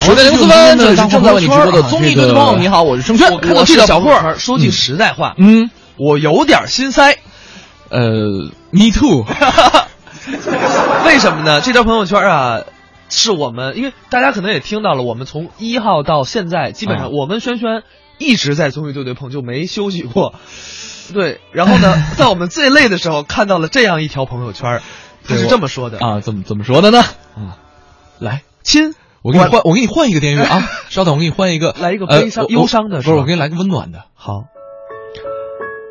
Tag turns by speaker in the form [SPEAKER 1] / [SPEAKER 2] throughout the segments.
[SPEAKER 1] 的零四分，这里是正在为你直播
[SPEAKER 2] 啊
[SPEAKER 1] 的啊综艺对对碰。你好，我是盛轩，
[SPEAKER 2] 我
[SPEAKER 1] 是
[SPEAKER 2] 是
[SPEAKER 1] 小
[SPEAKER 2] 小
[SPEAKER 1] 霍
[SPEAKER 2] 霍。。说句实在话，
[SPEAKER 1] 嗯，
[SPEAKER 2] 我有点心塞。
[SPEAKER 1] 呃，Me too。
[SPEAKER 2] 为什么呢？这条朋友圈啊，是我们因为大家可能也听到了，我们从一号到现在，基本
[SPEAKER 1] 啊
[SPEAKER 2] 上我跟轩轩一直在综艺对对碰，就没休 息过。对，然后呢，在我们最累的时候，看到了这样一条朋友圈，他
[SPEAKER 1] 对
[SPEAKER 2] 是
[SPEAKER 1] 我
[SPEAKER 2] 这么说的
[SPEAKER 1] 啊，怎么怎么说的呢？啊，来，
[SPEAKER 2] 亲，
[SPEAKER 1] 我给你换，我给你换一个电乐 啊！稍等，我给你换一个，
[SPEAKER 2] 来一个
[SPEAKER 1] 呃
[SPEAKER 2] 悲伤
[SPEAKER 1] 我
[SPEAKER 2] 忧伤的
[SPEAKER 1] 不
[SPEAKER 2] 是
[SPEAKER 1] 是，
[SPEAKER 2] 吧
[SPEAKER 1] 我给你来个温暖的。
[SPEAKER 2] 好。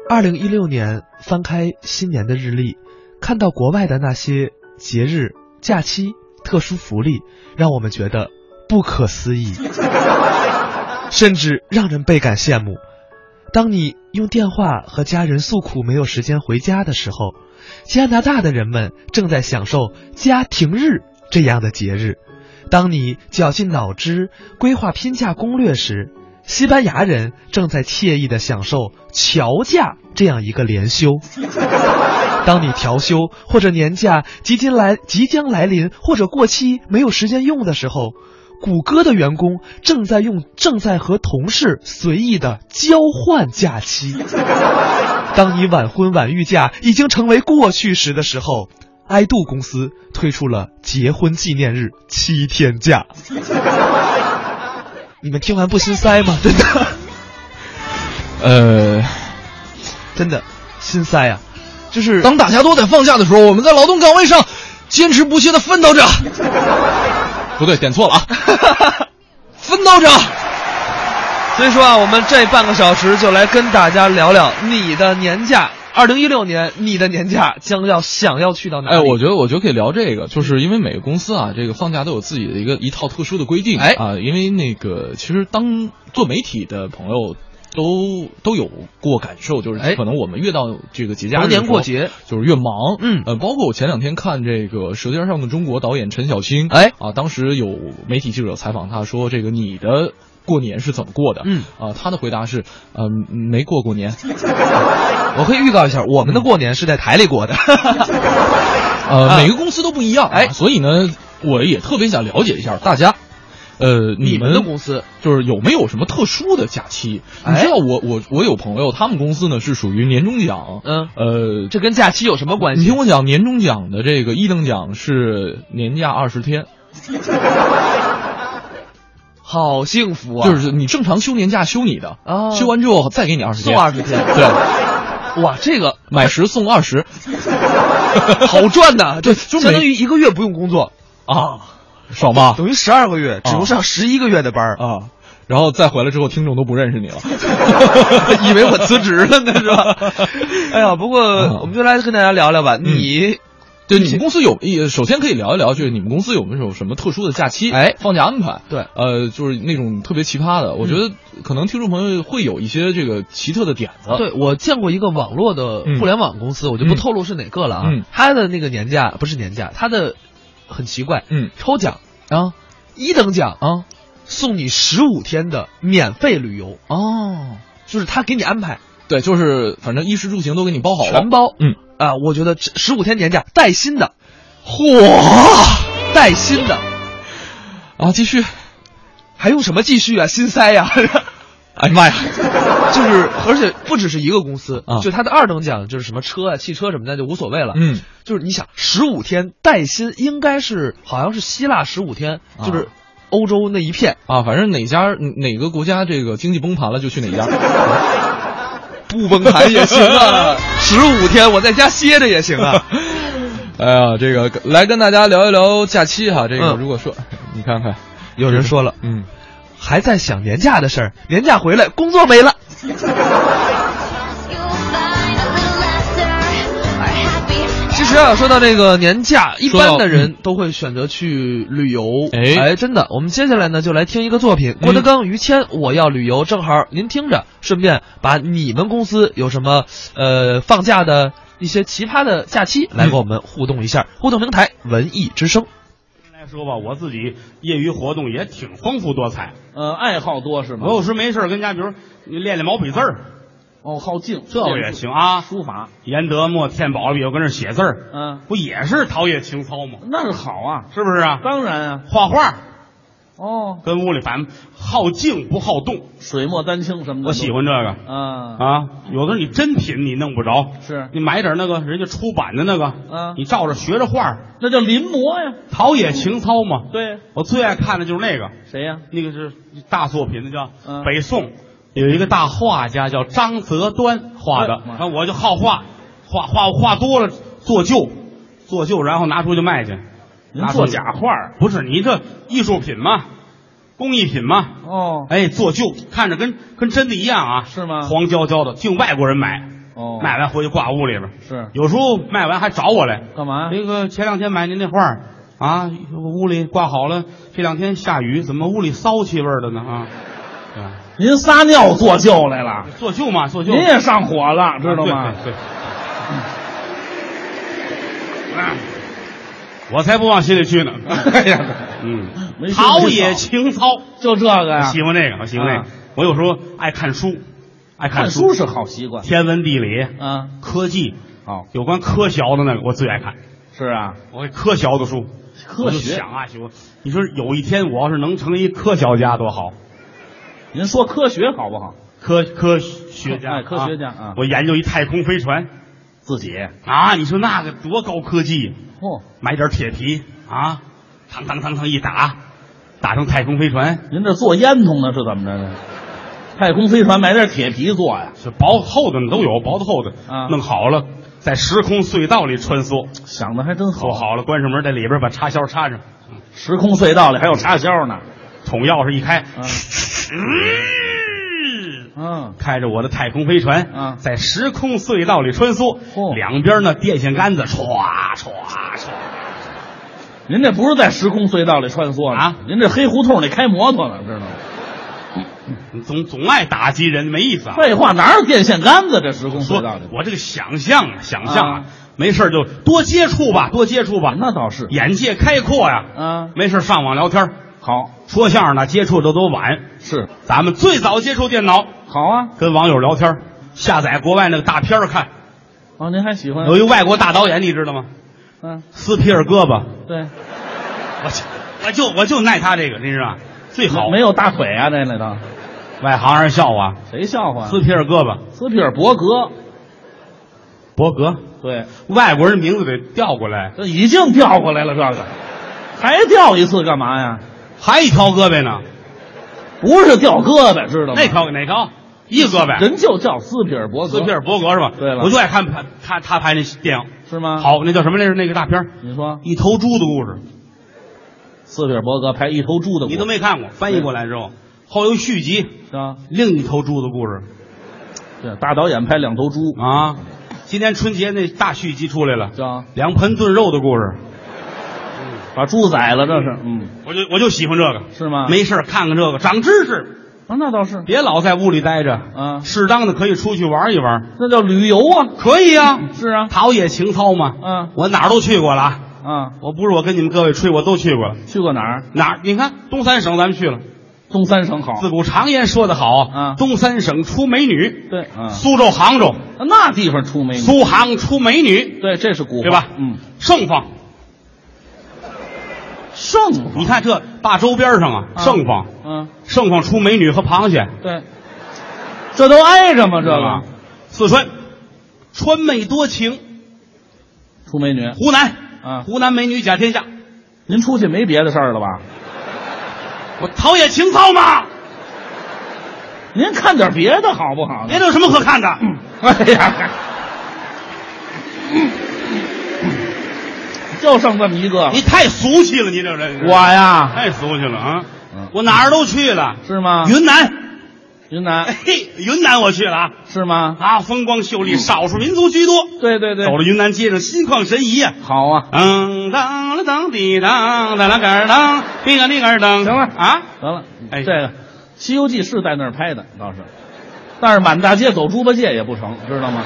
[SPEAKER 2] 二零一六年翻开新年的日历，看到国外的那些节日、假期、特殊福利，让我们觉得不可思议，甚至让人倍感羡慕。当你用电话和家人诉苦没有时间回家的时候，加拿大的人们正在享受家庭日这样的节日。当你绞尽脑汁规划拼假攻略时，西班牙人正在惬意地享受乔假这样一个连休。当你调休或者年假即将来即将来临，或者过期没有时间用的时候，谷歌的员工正在用正在和同事随意的交换假期。当你晚婚晚育假已经成为过去时的时候，爱度公司推出了结婚纪念日七天 假。你们听完不心塞 吗？真的，
[SPEAKER 1] 呃，
[SPEAKER 2] 真的，心塞啊！就是
[SPEAKER 1] 当大家都在放假的时候，我们在劳动岗位上坚持不懈的奋斗 着。不对，点错了啊！奋斗着。
[SPEAKER 2] 所以说啊，我们这半个小时就来跟大家聊聊你的年假。二零一六年，你的年假将要想要去到哪里？
[SPEAKER 1] 哎，我觉得我觉得可以聊这个，就是因为每个公司啊，这个放假都有自己的一个一套特殊的规定。
[SPEAKER 2] 哎
[SPEAKER 1] 啊，因为那个其实当做媒体的朋友都都有过感受，就是
[SPEAKER 2] 哎
[SPEAKER 1] 可能我们越到这个节假日
[SPEAKER 2] 逢
[SPEAKER 1] 的时候、
[SPEAKER 2] 年过节
[SPEAKER 1] 就是越忙。
[SPEAKER 2] 嗯
[SPEAKER 1] 呃，包括我前两天看这个《舌尖上的中国》导演陈小青，
[SPEAKER 2] 哎
[SPEAKER 1] 啊，当时有媒体记者采访他说，这个你的。过年是怎么过的？
[SPEAKER 2] 嗯
[SPEAKER 1] 啊，他的回答是，嗯、没过过年。
[SPEAKER 2] 我可以预告一下，我们的过年是在台里 过的。
[SPEAKER 1] 呃，
[SPEAKER 2] 啊
[SPEAKER 1] 每个公司都不一样、
[SPEAKER 2] 哎
[SPEAKER 1] 所以呢，我也特别想了解一下大家，呃，
[SPEAKER 2] 你
[SPEAKER 1] 们
[SPEAKER 2] 们的公司
[SPEAKER 1] 就是有没有什么特殊的假期？
[SPEAKER 2] 哎
[SPEAKER 1] 你知道我我我有朋友，他们公司呢是属于年终奖，
[SPEAKER 2] 嗯
[SPEAKER 1] 呃，
[SPEAKER 2] 这跟假期有什么关系？
[SPEAKER 1] 你听我讲，年终奖的这个一等奖是年假二十天，
[SPEAKER 2] 好幸福啊！
[SPEAKER 1] 就是你正常休年假休你的，
[SPEAKER 2] 哦
[SPEAKER 1] 休完之后再给你二十天，
[SPEAKER 2] 送20天
[SPEAKER 1] 对，
[SPEAKER 2] 哇，这个
[SPEAKER 1] 买十送二 十，
[SPEAKER 2] 好赚呐、
[SPEAKER 1] 对就
[SPEAKER 2] 相
[SPEAKER 1] 每
[SPEAKER 2] 当于一个月不用工作，
[SPEAKER 1] 啊，爽吧？
[SPEAKER 2] 等于十二个月只用上十一个月的班 儿，，
[SPEAKER 1] 啊，然后再回来之后，听众都不认识你了
[SPEAKER 2] 以为我辞职了呢，是吧？ 嗯哎呀，不过我们就来跟大家聊聊吧。你
[SPEAKER 1] 就你们公司有，呃首先可以聊一聊，就是你们公司有没有什么特殊的假期？
[SPEAKER 2] 哎
[SPEAKER 1] 放假安排？
[SPEAKER 2] 对
[SPEAKER 1] 呃，就是那种特别奇葩的，我觉得可能听众朋友会有一些这个奇特的点子。
[SPEAKER 2] 对，我见过一个网络的
[SPEAKER 1] 嗯
[SPEAKER 2] 互联网公司，我就不透露是哪个了啊。
[SPEAKER 1] 嗯
[SPEAKER 2] 他的那个年假不是年假，他的很奇怪，
[SPEAKER 1] 嗯
[SPEAKER 2] 抽奖
[SPEAKER 1] 啊
[SPEAKER 2] 一等奖
[SPEAKER 1] 啊
[SPEAKER 2] 送你十五天的免费旅游，
[SPEAKER 1] 哦，
[SPEAKER 2] 就是他给你安排
[SPEAKER 1] 对，就是反正衣食住行都给你包好了，
[SPEAKER 2] 全包。
[SPEAKER 1] 嗯
[SPEAKER 2] 啊，我觉得十五天年假带薪的，嚯，带薪的，
[SPEAKER 1] 啊，继续。
[SPEAKER 2] 还用什么继续啊？心塞呀、
[SPEAKER 1] 哎呀妈呀！
[SPEAKER 2] 就是，而且不只是一个公司，
[SPEAKER 1] 啊
[SPEAKER 2] 就他的二等奖就是什么车啊、汽车什么的就无所谓了。
[SPEAKER 1] 嗯，
[SPEAKER 2] 就是你想十五天带薪，应该是好像是希腊十五天，
[SPEAKER 1] 啊
[SPEAKER 2] 就是欧洲那一片，
[SPEAKER 1] 啊，反正哪家哪个国家这个经济崩盘了就去哪家。
[SPEAKER 2] 不崩盘也行 啊，十五天我在家歇着也行啊。
[SPEAKER 1] 哎呀，这个来跟大家聊一聊假期哈。这个
[SPEAKER 2] 嗯
[SPEAKER 1] 如果说、你看看，
[SPEAKER 2] 有人说了，
[SPEAKER 1] 嗯，
[SPEAKER 2] 还在想年假的事儿，年假回来工作没了。其实啊，说到这个年假，一般的人都会选择去旅游。
[SPEAKER 1] 哎
[SPEAKER 2] 真的，我们接下来呢就来听一个作品，郭德纲、于谦，《我要旅游》，正好您听着，顺便把你们公司有什么呃放假的一些奇葩的假期来跟我们互动一下。互动平台文艺之声。
[SPEAKER 3] 来说吧，我自己业余活动也挺丰富多彩。
[SPEAKER 4] 呃，爱好多是吗？
[SPEAKER 3] 我有时没事儿跟家，比如你练练毛笔字儿，
[SPEAKER 4] 哦，好静，
[SPEAKER 3] 这个也行啊。
[SPEAKER 4] 书法，
[SPEAKER 3] 颜德墨、骗宝笔，我跟这儿写字儿，
[SPEAKER 4] 嗯
[SPEAKER 3] 不也是陶冶情操吗？
[SPEAKER 4] 那是好啊，
[SPEAKER 3] 是不是啊？
[SPEAKER 4] 当然啊，
[SPEAKER 3] 画画，
[SPEAKER 4] 哦，
[SPEAKER 3] 跟屋里反正好静不好动，
[SPEAKER 4] 水墨丹青什么的都，
[SPEAKER 3] 我喜欢这个
[SPEAKER 4] 啊，
[SPEAKER 3] 啊。有的时候你真品你弄不着，
[SPEAKER 4] 是
[SPEAKER 3] 你买点那个人家出版的那个，
[SPEAKER 4] 嗯
[SPEAKER 3] 你照着学着画，
[SPEAKER 4] 那叫临摹呀。
[SPEAKER 3] 陶冶情操嘛。
[SPEAKER 4] 对，
[SPEAKER 3] 我最爱看的就是那个，
[SPEAKER 4] 谁呀？
[SPEAKER 3] 那个是大作品的叫
[SPEAKER 4] 嗯
[SPEAKER 3] 北宋，有一个大画家叫张择端画的
[SPEAKER 4] 哎，妈呀
[SPEAKER 3] 然后我就好画，画画画多了做旧，做旧然后拿出去卖去，
[SPEAKER 4] 您
[SPEAKER 3] 拿
[SPEAKER 4] 做
[SPEAKER 3] 做假画儿不是你这艺术品嘛，工艺品嘛，
[SPEAKER 4] 哦
[SPEAKER 3] 哎做旧看着跟跟真的一样啊，
[SPEAKER 4] 是吗
[SPEAKER 3] 黄焦焦的，净外国人买，
[SPEAKER 4] 哦，
[SPEAKER 3] 卖完回去挂屋里边儿，
[SPEAKER 4] 是
[SPEAKER 3] 有时候卖完还找我来，
[SPEAKER 4] 干嘛呀？
[SPEAKER 3] 那个前两天买您那画儿啊，屋里挂好了，这两天下雨，怎么屋里骚气味儿的呢？啊，对吧
[SPEAKER 4] 您撒尿做旧来了，
[SPEAKER 3] 做旧嘛，做旧，
[SPEAKER 4] 啊您也上火了，知道
[SPEAKER 3] 啊
[SPEAKER 4] 吗？嗯
[SPEAKER 3] 对对对啊我才不往心里去呢。
[SPEAKER 4] 哎呀，
[SPEAKER 3] 嗯
[SPEAKER 4] 没，事
[SPEAKER 3] 陶冶情操，
[SPEAKER 4] 就这个呀。
[SPEAKER 3] 喜欢这个，我喜欢这
[SPEAKER 4] 啊
[SPEAKER 3] 个。我有时候爱看书，爱
[SPEAKER 4] 看
[SPEAKER 3] 书
[SPEAKER 4] 书，是好习惯
[SPEAKER 3] 天文地理、
[SPEAKER 4] 啊。
[SPEAKER 3] 科技，
[SPEAKER 4] 哦，
[SPEAKER 3] 有关科学的那个我最爱看。
[SPEAKER 4] 是啊，
[SPEAKER 3] 我科学的书，
[SPEAKER 4] 科
[SPEAKER 3] 我就
[SPEAKER 4] 学
[SPEAKER 3] 想。啊，我你说有一天我要是能成一科学家多好，
[SPEAKER 4] 您说科学好不好？
[SPEAKER 3] 科科学家，
[SPEAKER 4] 哎科学家啊
[SPEAKER 3] 我研究一太空飞船
[SPEAKER 4] 自己。
[SPEAKER 3] 啊，你说那个多高科技，
[SPEAKER 4] 嚯，
[SPEAKER 3] 买点铁皮啊，嘡嘡嘡嘡一打，打成太空飞船，
[SPEAKER 4] 您这做烟囱啊呢是怎么着呢？太空飞船买点铁皮做呀？
[SPEAKER 3] 是薄厚的都有，薄的厚的，
[SPEAKER 4] 啊
[SPEAKER 3] 弄好了，在时空隧道里穿梭，
[SPEAKER 4] 想的还真
[SPEAKER 3] 做
[SPEAKER 4] 好。
[SPEAKER 3] 好了，关上门，在里边把插销插上，
[SPEAKER 4] 时空隧道里还有插销呢。
[SPEAKER 3] 捅钥匙一开，
[SPEAKER 4] 嗯
[SPEAKER 3] 嗯
[SPEAKER 4] 嗯，
[SPEAKER 3] 开着我的太空飞船，
[SPEAKER 4] 啊
[SPEAKER 3] 在时空隧道里穿梭，
[SPEAKER 4] 嚯
[SPEAKER 3] 两边呢电线杆子唰唰唰
[SPEAKER 4] 您这不是在时空隧道里穿梭呢
[SPEAKER 3] 啊
[SPEAKER 4] 您这黑胡同里开摩托呢，知道吗？
[SPEAKER 3] 你总总爱打击人，没意思啊。
[SPEAKER 4] 废话，哪有电线杆子？这时空隧
[SPEAKER 3] 说
[SPEAKER 4] 道里，
[SPEAKER 3] 我这个想象啊，想象
[SPEAKER 4] 啊
[SPEAKER 3] 啊，没事儿就多接触吧，多接触吧，
[SPEAKER 4] 那倒是
[SPEAKER 3] 眼界开阔呀。
[SPEAKER 4] 啊，
[SPEAKER 3] 没事儿上网聊天儿，
[SPEAKER 4] 好
[SPEAKER 3] 说相声的接触的都晚，
[SPEAKER 4] 是
[SPEAKER 3] 咱们最早接触电脑，
[SPEAKER 4] 好啊。
[SPEAKER 3] 跟网友聊天儿，下载国外那个大片儿看。
[SPEAKER 4] 哦，您还喜欢
[SPEAKER 3] 有一外国大导演，你知道吗？
[SPEAKER 4] 嗯，
[SPEAKER 3] 斯皮尔胳膊，
[SPEAKER 4] 对，
[SPEAKER 3] 我就我就我就耐他这个，你知道吗？最好
[SPEAKER 4] 没没有大腿啊，这里头
[SPEAKER 3] 外行人笑啊话，
[SPEAKER 4] 谁笑话？啊
[SPEAKER 3] 斯皮尔胳膊，
[SPEAKER 4] 斯皮尔伯格，
[SPEAKER 3] 伯格，
[SPEAKER 4] 对，
[SPEAKER 3] 外国人名字得调过来，
[SPEAKER 4] 这已经调过来了，这个还调一次干嘛呀？
[SPEAKER 3] 还一条胳膊呢，
[SPEAKER 4] 不是掉胳膊，知道吗？
[SPEAKER 3] 那条哪条？一胳膊，
[SPEAKER 4] 人就叫斯皮尔伯格，
[SPEAKER 3] 斯皮尔伯格是吧？
[SPEAKER 4] 对了嗯
[SPEAKER 3] 我就爱看他他他拍那电影，
[SPEAKER 4] 是吗？，
[SPEAKER 3] 好，那叫什么来着？那个大片儿
[SPEAKER 4] 你说
[SPEAKER 3] 一头猪的故事，
[SPEAKER 4] 斯皮尔伯格拍一头猪的故事，
[SPEAKER 3] 你都没看过，翻译过来之后，后有续集，
[SPEAKER 4] 是吧？
[SPEAKER 3] 另一头猪的故事
[SPEAKER 4] 对，大导演拍两头猪，
[SPEAKER 3] 啊。今年春节那大续集出来了，
[SPEAKER 4] 叫
[SPEAKER 3] 两盆炖肉的故事，
[SPEAKER 4] 把猪宰了，这是，嗯，
[SPEAKER 3] 我就我就喜欢这个，
[SPEAKER 4] 是吗？
[SPEAKER 3] 没事儿看看这个，长知识，
[SPEAKER 4] 啊，那倒是，
[SPEAKER 3] 别老在屋里待着，
[SPEAKER 4] 啊，
[SPEAKER 3] 适当的可以出去玩一玩，
[SPEAKER 4] 那叫旅游啊，
[SPEAKER 3] 可以啊，
[SPEAKER 4] 是啊，
[SPEAKER 3] 陶冶情操嘛。
[SPEAKER 4] 嗯
[SPEAKER 3] 我哪儿都去过了啊，
[SPEAKER 4] 啊，
[SPEAKER 3] 我不是我跟你们各位吹，我都去过了。
[SPEAKER 4] 去过哪儿？
[SPEAKER 3] 哪儿？你看东三省咱们去了。
[SPEAKER 4] 东三省好，
[SPEAKER 3] 自古常言说得好，
[SPEAKER 4] 嗯
[SPEAKER 3] 东三省出美女，
[SPEAKER 4] 对，啊，
[SPEAKER 3] 苏州、杭州，
[SPEAKER 4] 那地方出美女，
[SPEAKER 3] 苏杭出美女，
[SPEAKER 4] 对，这是古话
[SPEAKER 3] 对吧
[SPEAKER 4] 嗯，
[SPEAKER 3] 盛放。
[SPEAKER 4] 盛
[SPEAKER 3] 你看这大周边上啊，
[SPEAKER 4] 啊
[SPEAKER 3] 盛放，
[SPEAKER 4] 嗯，
[SPEAKER 3] 盛放出美女和螃蟹，
[SPEAKER 4] 对，这都挨着吗？这
[SPEAKER 3] 知道吗
[SPEAKER 4] 个
[SPEAKER 3] 四川，川妹多情，
[SPEAKER 4] 出美女，
[SPEAKER 3] 湖南，
[SPEAKER 4] 啊，
[SPEAKER 3] 湖南美女甲天下，
[SPEAKER 4] 您出去没别的事儿了吧？
[SPEAKER 3] 我陶冶情操嘛，
[SPEAKER 4] 嗯您看点别的好不好呢？
[SPEAKER 3] 别的有什么可看的？
[SPEAKER 4] 哎呀，就剩这么一个了
[SPEAKER 3] 你太俗气了，你这人
[SPEAKER 4] 啊我呀，
[SPEAKER 3] 太俗气了啊
[SPEAKER 4] 嗯！啊
[SPEAKER 3] 我哪儿都去了，
[SPEAKER 4] 是吗？
[SPEAKER 3] 云哎南，
[SPEAKER 4] 云南
[SPEAKER 3] 嘿，云南我去了啊
[SPEAKER 4] 是吗？
[SPEAKER 3] 啊，风光秀丽，少数民族居多。
[SPEAKER 4] 对对嗯对
[SPEAKER 3] 走，到云南街上，心旷神怡呀、
[SPEAKER 4] 好啊，
[SPEAKER 3] 嗯，当了当滴当，当啷个儿当，滴个滴个儿当。
[SPEAKER 4] 行了
[SPEAKER 3] 啊，
[SPEAKER 4] 得了，
[SPEAKER 3] 哎
[SPEAKER 4] 这个《西游记》是在那儿拍的，倒是，但是满大街走猪八戒也不成，知道吗？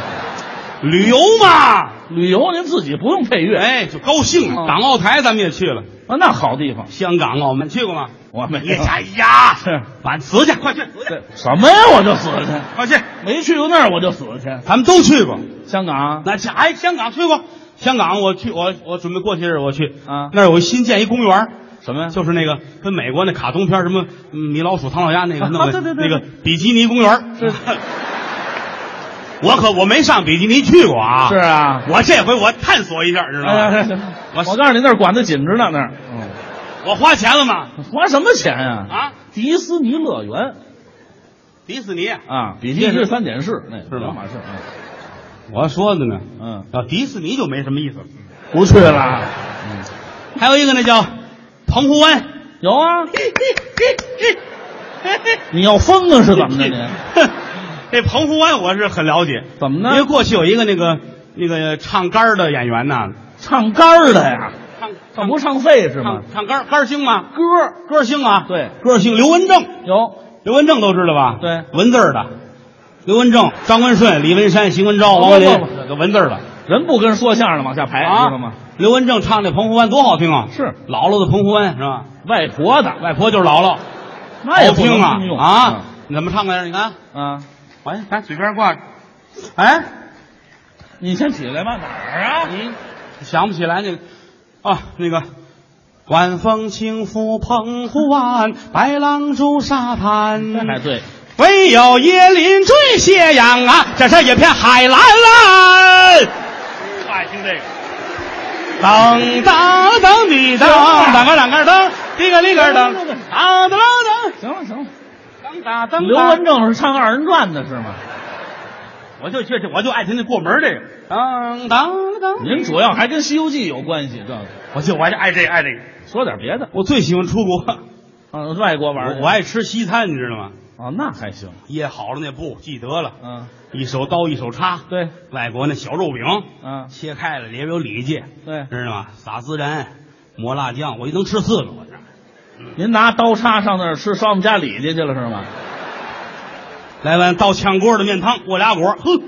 [SPEAKER 3] 旅游嘛，
[SPEAKER 4] 旅游您自己不用配乐，
[SPEAKER 3] 哎，就高兴。
[SPEAKER 4] 哦
[SPEAKER 3] 港澳台咱们也去了，
[SPEAKER 4] 啊，那好地方，
[SPEAKER 3] 香港、澳门去过吗？
[SPEAKER 4] 我没有。
[SPEAKER 3] 哎呀
[SPEAKER 4] 是，
[SPEAKER 3] 晚辞去，快去，辞去
[SPEAKER 4] 这什么呀？我就死去，
[SPEAKER 3] 快去，
[SPEAKER 4] 没去过那儿我就死去。
[SPEAKER 3] 咱们都去过。
[SPEAKER 4] 香港啊
[SPEAKER 3] 那家哎，香港去过，香港我去，我我准备过些日我去
[SPEAKER 4] 啊
[SPEAKER 3] 那儿有新建一公园儿，
[SPEAKER 4] 什么呀？
[SPEAKER 3] 就是那个跟美国那卡通片儿什么嗯米老鼠、唐老鸭那个
[SPEAKER 4] 啊
[SPEAKER 3] 弄的，
[SPEAKER 4] 对对对
[SPEAKER 3] 那个
[SPEAKER 4] 对
[SPEAKER 3] 比基尼公园儿。 我可我没上比基尼去过啊，
[SPEAKER 4] 是啊，
[SPEAKER 3] 我这回我探索一下，知道
[SPEAKER 4] 哎呀，
[SPEAKER 3] 吗？
[SPEAKER 4] 这
[SPEAKER 3] 我
[SPEAKER 4] 我告诉你，那儿管得紧着呢，那儿。嗯，
[SPEAKER 3] 我花钱了吗？
[SPEAKER 4] 花什么钱呀？
[SPEAKER 3] 啊，
[SPEAKER 4] 迪斯尼乐园
[SPEAKER 3] 迪士尼，
[SPEAKER 4] 啊，比
[SPEAKER 3] 这
[SPEAKER 4] 利
[SPEAKER 3] 是
[SPEAKER 4] 时三点式那
[SPEAKER 3] 是吗
[SPEAKER 4] 两码事。
[SPEAKER 3] 我说的呢。
[SPEAKER 4] 嗯，
[SPEAKER 3] 啊，迪士尼就没什么意思了。
[SPEAKER 4] 不去了。
[SPEAKER 3] 还有一个那叫澎湖湾，
[SPEAKER 4] 有啊， 你要疯了是怎么着你？
[SPEAKER 3] 这澎湖湾我是很了解，
[SPEAKER 4] 怎么
[SPEAKER 3] 因为
[SPEAKER 4] 呢？
[SPEAKER 3] 过去有一个那个那个唱杆儿的演员呐，
[SPEAKER 4] 唱杆儿的呀，
[SPEAKER 3] 唱
[SPEAKER 4] 这不唱肺是吗
[SPEAKER 3] 唱？唱杆儿杆儿星嘛，
[SPEAKER 4] 歌儿
[SPEAKER 3] 歌儿星啊，
[SPEAKER 4] 对，
[SPEAKER 3] 歌儿星刘文正，
[SPEAKER 4] 有，
[SPEAKER 3] 刘文正都知道吧？
[SPEAKER 4] 对，
[SPEAKER 3] 文字儿的，刘文正、张文顺、李文山、邢文昭、王文林
[SPEAKER 4] 哦不啊不，
[SPEAKER 3] 这文字儿的哎
[SPEAKER 4] 人不跟说相声的往下排，知道吗？？
[SPEAKER 3] 刘文正唱那澎湖湾多好听啊！
[SPEAKER 4] 是
[SPEAKER 3] 姥姥的澎湖湾是吧？
[SPEAKER 4] 外婆的，
[SPEAKER 3] 外婆就是姥姥，
[SPEAKER 4] 那也
[SPEAKER 3] 好
[SPEAKER 4] 不能
[SPEAKER 3] 听啊
[SPEAKER 4] 通用嗯
[SPEAKER 3] 啊！你怎么唱来着？你看，
[SPEAKER 4] 啊！
[SPEAKER 3] 哎，咱嘴边挂，哎，
[SPEAKER 4] 你先起来吧，哪儿啊？
[SPEAKER 3] 嗯，想不起来那个啊，那个。晚风轻拂澎湖湾，白浪逐沙 滩。
[SPEAKER 4] 哎，对，
[SPEAKER 3] 唯有椰林缀斜阳啊，这是一片海蓝蓝。
[SPEAKER 4] 爱听这个。
[SPEAKER 3] 噔噔噔滴噔，啷个啷个噔，滴个哩个噔，当当当
[SPEAKER 4] 行了行了，
[SPEAKER 3] 当当当。
[SPEAKER 4] 刘文，正是唱二人转的是吗？
[SPEAKER 3] 我就确实我就爱听那过门这个，当当当。
[SPEAKER 4] 您主要还跟《西游记》有关系，这个
[SPEAKER 3] 我就我就爱这个爱这个，
[SPEAKER 4] 说点别的，
[SPEAKER 3] 我最喜欢出国，
[SPEAKER 4] 啊，外国玩儿
[SPEAKER 3] 我
[SPEAKER 4] 去
[SPEAKER 3] 我爱吃西餐，你知道吗？
[SPEAKER 4] 啊，那还行，
[SPEAKER 3] 掖好了那布，记得了，
[SPEAKER 4] 嗯，
[SPEAKER 3] 一手刀一手叉，
[SPEAKER 4] 对，
[SPEAKER 3] 外国那小肉饼
[SPEAKER 4] 嗯，
[SPEAKER 3] 切开了，里边有里脊，
[SPEAKER 4] 对，
[SPEAKER 3] 知道吗？撒孜然，抹辣酱，我就能吃四个，我这。
[SPEAKER 4] 您拿刀叉上那儿吃烧我们家李家去了是吗？
[SPEAKER 3] 来碗倒炝锅的面汤，过俩果，哼，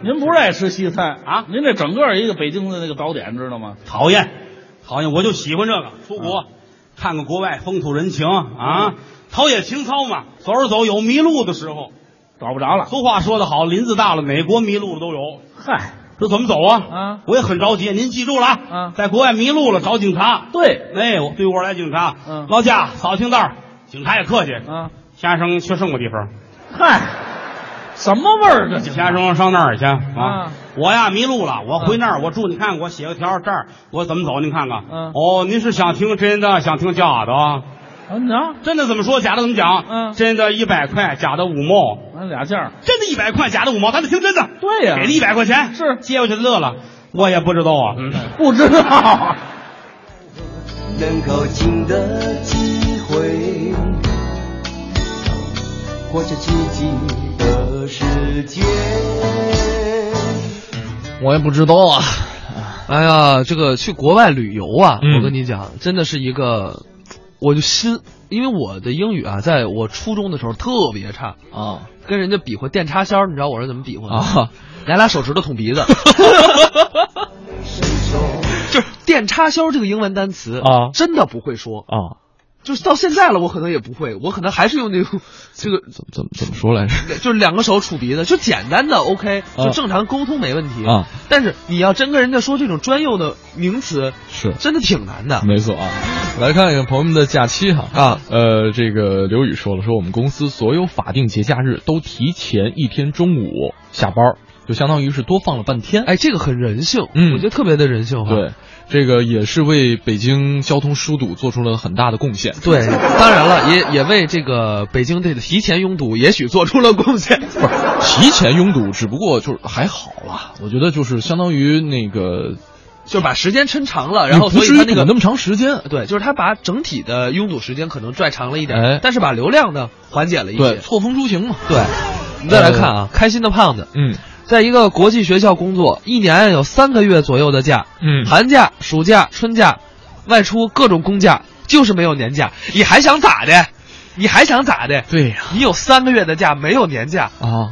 [SPEAKER 4] 您不是爱吃西餐
[SPEAKER 3] 啊
[SPEAKER 4] 您这整个一个北京的那个早点知道吗？
[SPEAKER 3] 讨厌，讨厌，我就喜欢这
[SPEAKER 4] 嗯
[SPEAKER 3] 个。出国、看看国外风土人情啊，陶冶情操嘛。走着走，有迷路的时候。
[SPEAKER 4] 找不着了，
[SPEAKER 3] 俗话说得好，林子大了，哪国迷路了都有。
[SPEAKER 4] 嗨，
[SPEAKER 3] 这怎么走啊？
[SPEAKER 4] 啊，
[SPEAKER 3] 我也很着急。您记住了
[SPEAKER 4] 啊
[SPEAKER 3] 在国外迷路了找警察。
[SPEAKER 4] 对，
[SPEAKER 3] 哎，我对我来警察，
[SPEAKER 4] 嗯
[SPEAKER 3] 劳驾，扫清道儿。警察也客气，
[SPEAKER 4] 啊，
[SPEAKER 3] 瞎生去什么地方？
[SPEAKER 4] 嗨，什么味儿这就
[SPEAKER 3] 瞎生上那儿去
[SPEAKER 4] 啊！
[SPEAKER 3] 我呀迷路了，我回那儿，我住，你看我写个条儿，这儿我怎么走？您看看。
[SPEAKER 4] 嗯
[SPEAKER 3] 哦，您是想听真的，想听假的啊？
[SPEAKER 4] 啊，你瞧，
[SPEAKER 3] 真的怎么说？假的怎么讲？
[SPEAKER 4] 嗯
[SPEAKER 3] 真的一百块，假的五毛。
[SPEAKER 4] 那俩价儿，
[SPEAKER 3] 真的一百块，假的五毛，咱得听真的。
[SPEAKER 4] 对呀
[SPEAKER 3] 给了一百块钱，
[SPEAKER 4] 是
[SPEAKER 3] 接过去乐了。我也不知道啊，嗯，
[SPEAKER 4] 不知道，
[SPEAKER 5] 能够尽的机会，活着自己的世界。
[SPEAKER 2] 我也不知道啊。哎呀，这个去国外旅游啊，
[SPEAKER 1] 嗯
[SPEAKER 2] 我跟你讲，真的是一个，我就心，因为我的英语啊，在我初中的时候特别差，
[SPEAKER 1] 啊，
[SPEAKER 2] 跟人家比划电插销，你知道我是怎么比划的吗？拿俩手指头捅鼻 子。就是电插销这个英文单词
[SPEAKER 1] 啊
[SPEAKER 2] 真的不会说，
[SPEAKER 1] 啊，
[SPEAKER 2] 就是到现在了，我可能也不会，我可能还是用那种这个
[SPEAKER 1] 怎么怎么怎么说来着？
[SPEAKER 2] 就是两个手杵鼻子，就简单的 OK，
[SPEAKER 1] 啊
[SPEAKER 2] 就正常沟通没问题
[SPEAKER 1] 啊。
[SPEAKER 2] 但是你要真跟人家说这种专用的名词，
[SPEAKER 1] 是
[SPEAKER 2] 真的挺难的。
[SPEAKER 1] 没错啊，来看一看朋友们的假期哈
[SPEAKER 2] 啊，
[SPEAKER 1] 呃，这个刘宇说了，说我们公司所有法定节假日都提前一天中午下班儿，就相当于是多放了半天。
[SPEAKER 2] 哎，这个很人性，
[SPEAKER 1] 嗯
[SPEAKER 2] 我觉得特别的人性化。
[SPEAKER 1] 对，这个也是为北京交通疏堵做出了很大的贡献。
[SPEAKER 2] 对，当然了，也也为这个北京这个提前拥堵，也许做出了贡献。
[SPEAKER 1] 不是提前拥堵，只不过就是还好啦，我觉得就是相当于那个，
[SPEAKER 2] 就是把时间抻长啊了，然后
[SPEAKER 1] 你不
[SPEAKER 2] 所以
[SPEAKER 1] 至于
[SPEAKER 2] 他那个
[SPEAKER 1] 堵那么长时间。
[SPEAKER 2] 对，就是他把整体的拥堵时间可能拽长了一点，
[SPEAKER 1] 哎
[SPEAKER 2] 但是把流量呢缓解了一
[SPEAKER 1] 对，
[SPEAKER 2] 些。
[SPEAKER 1] 错峰出行嘛。呃
[SPEAKER 2] 对，我们再来看啊，开心的胖子，
[SPEAKER 1] 嗯
[SPEAKER 2] 在一个国际学校工作，一年有三个月左右的假，
[SPEAKER 1] 嗯
[SPEAKER 2] 寒假、暑假、春假，外出各种公假，就是没有年假。你还想咋的？你还想咋的？
[SPEAKER 1] 对呀
[SPEAKER 2] 你有三个月的假，没有年假，
[SPEAKER 1] 啊，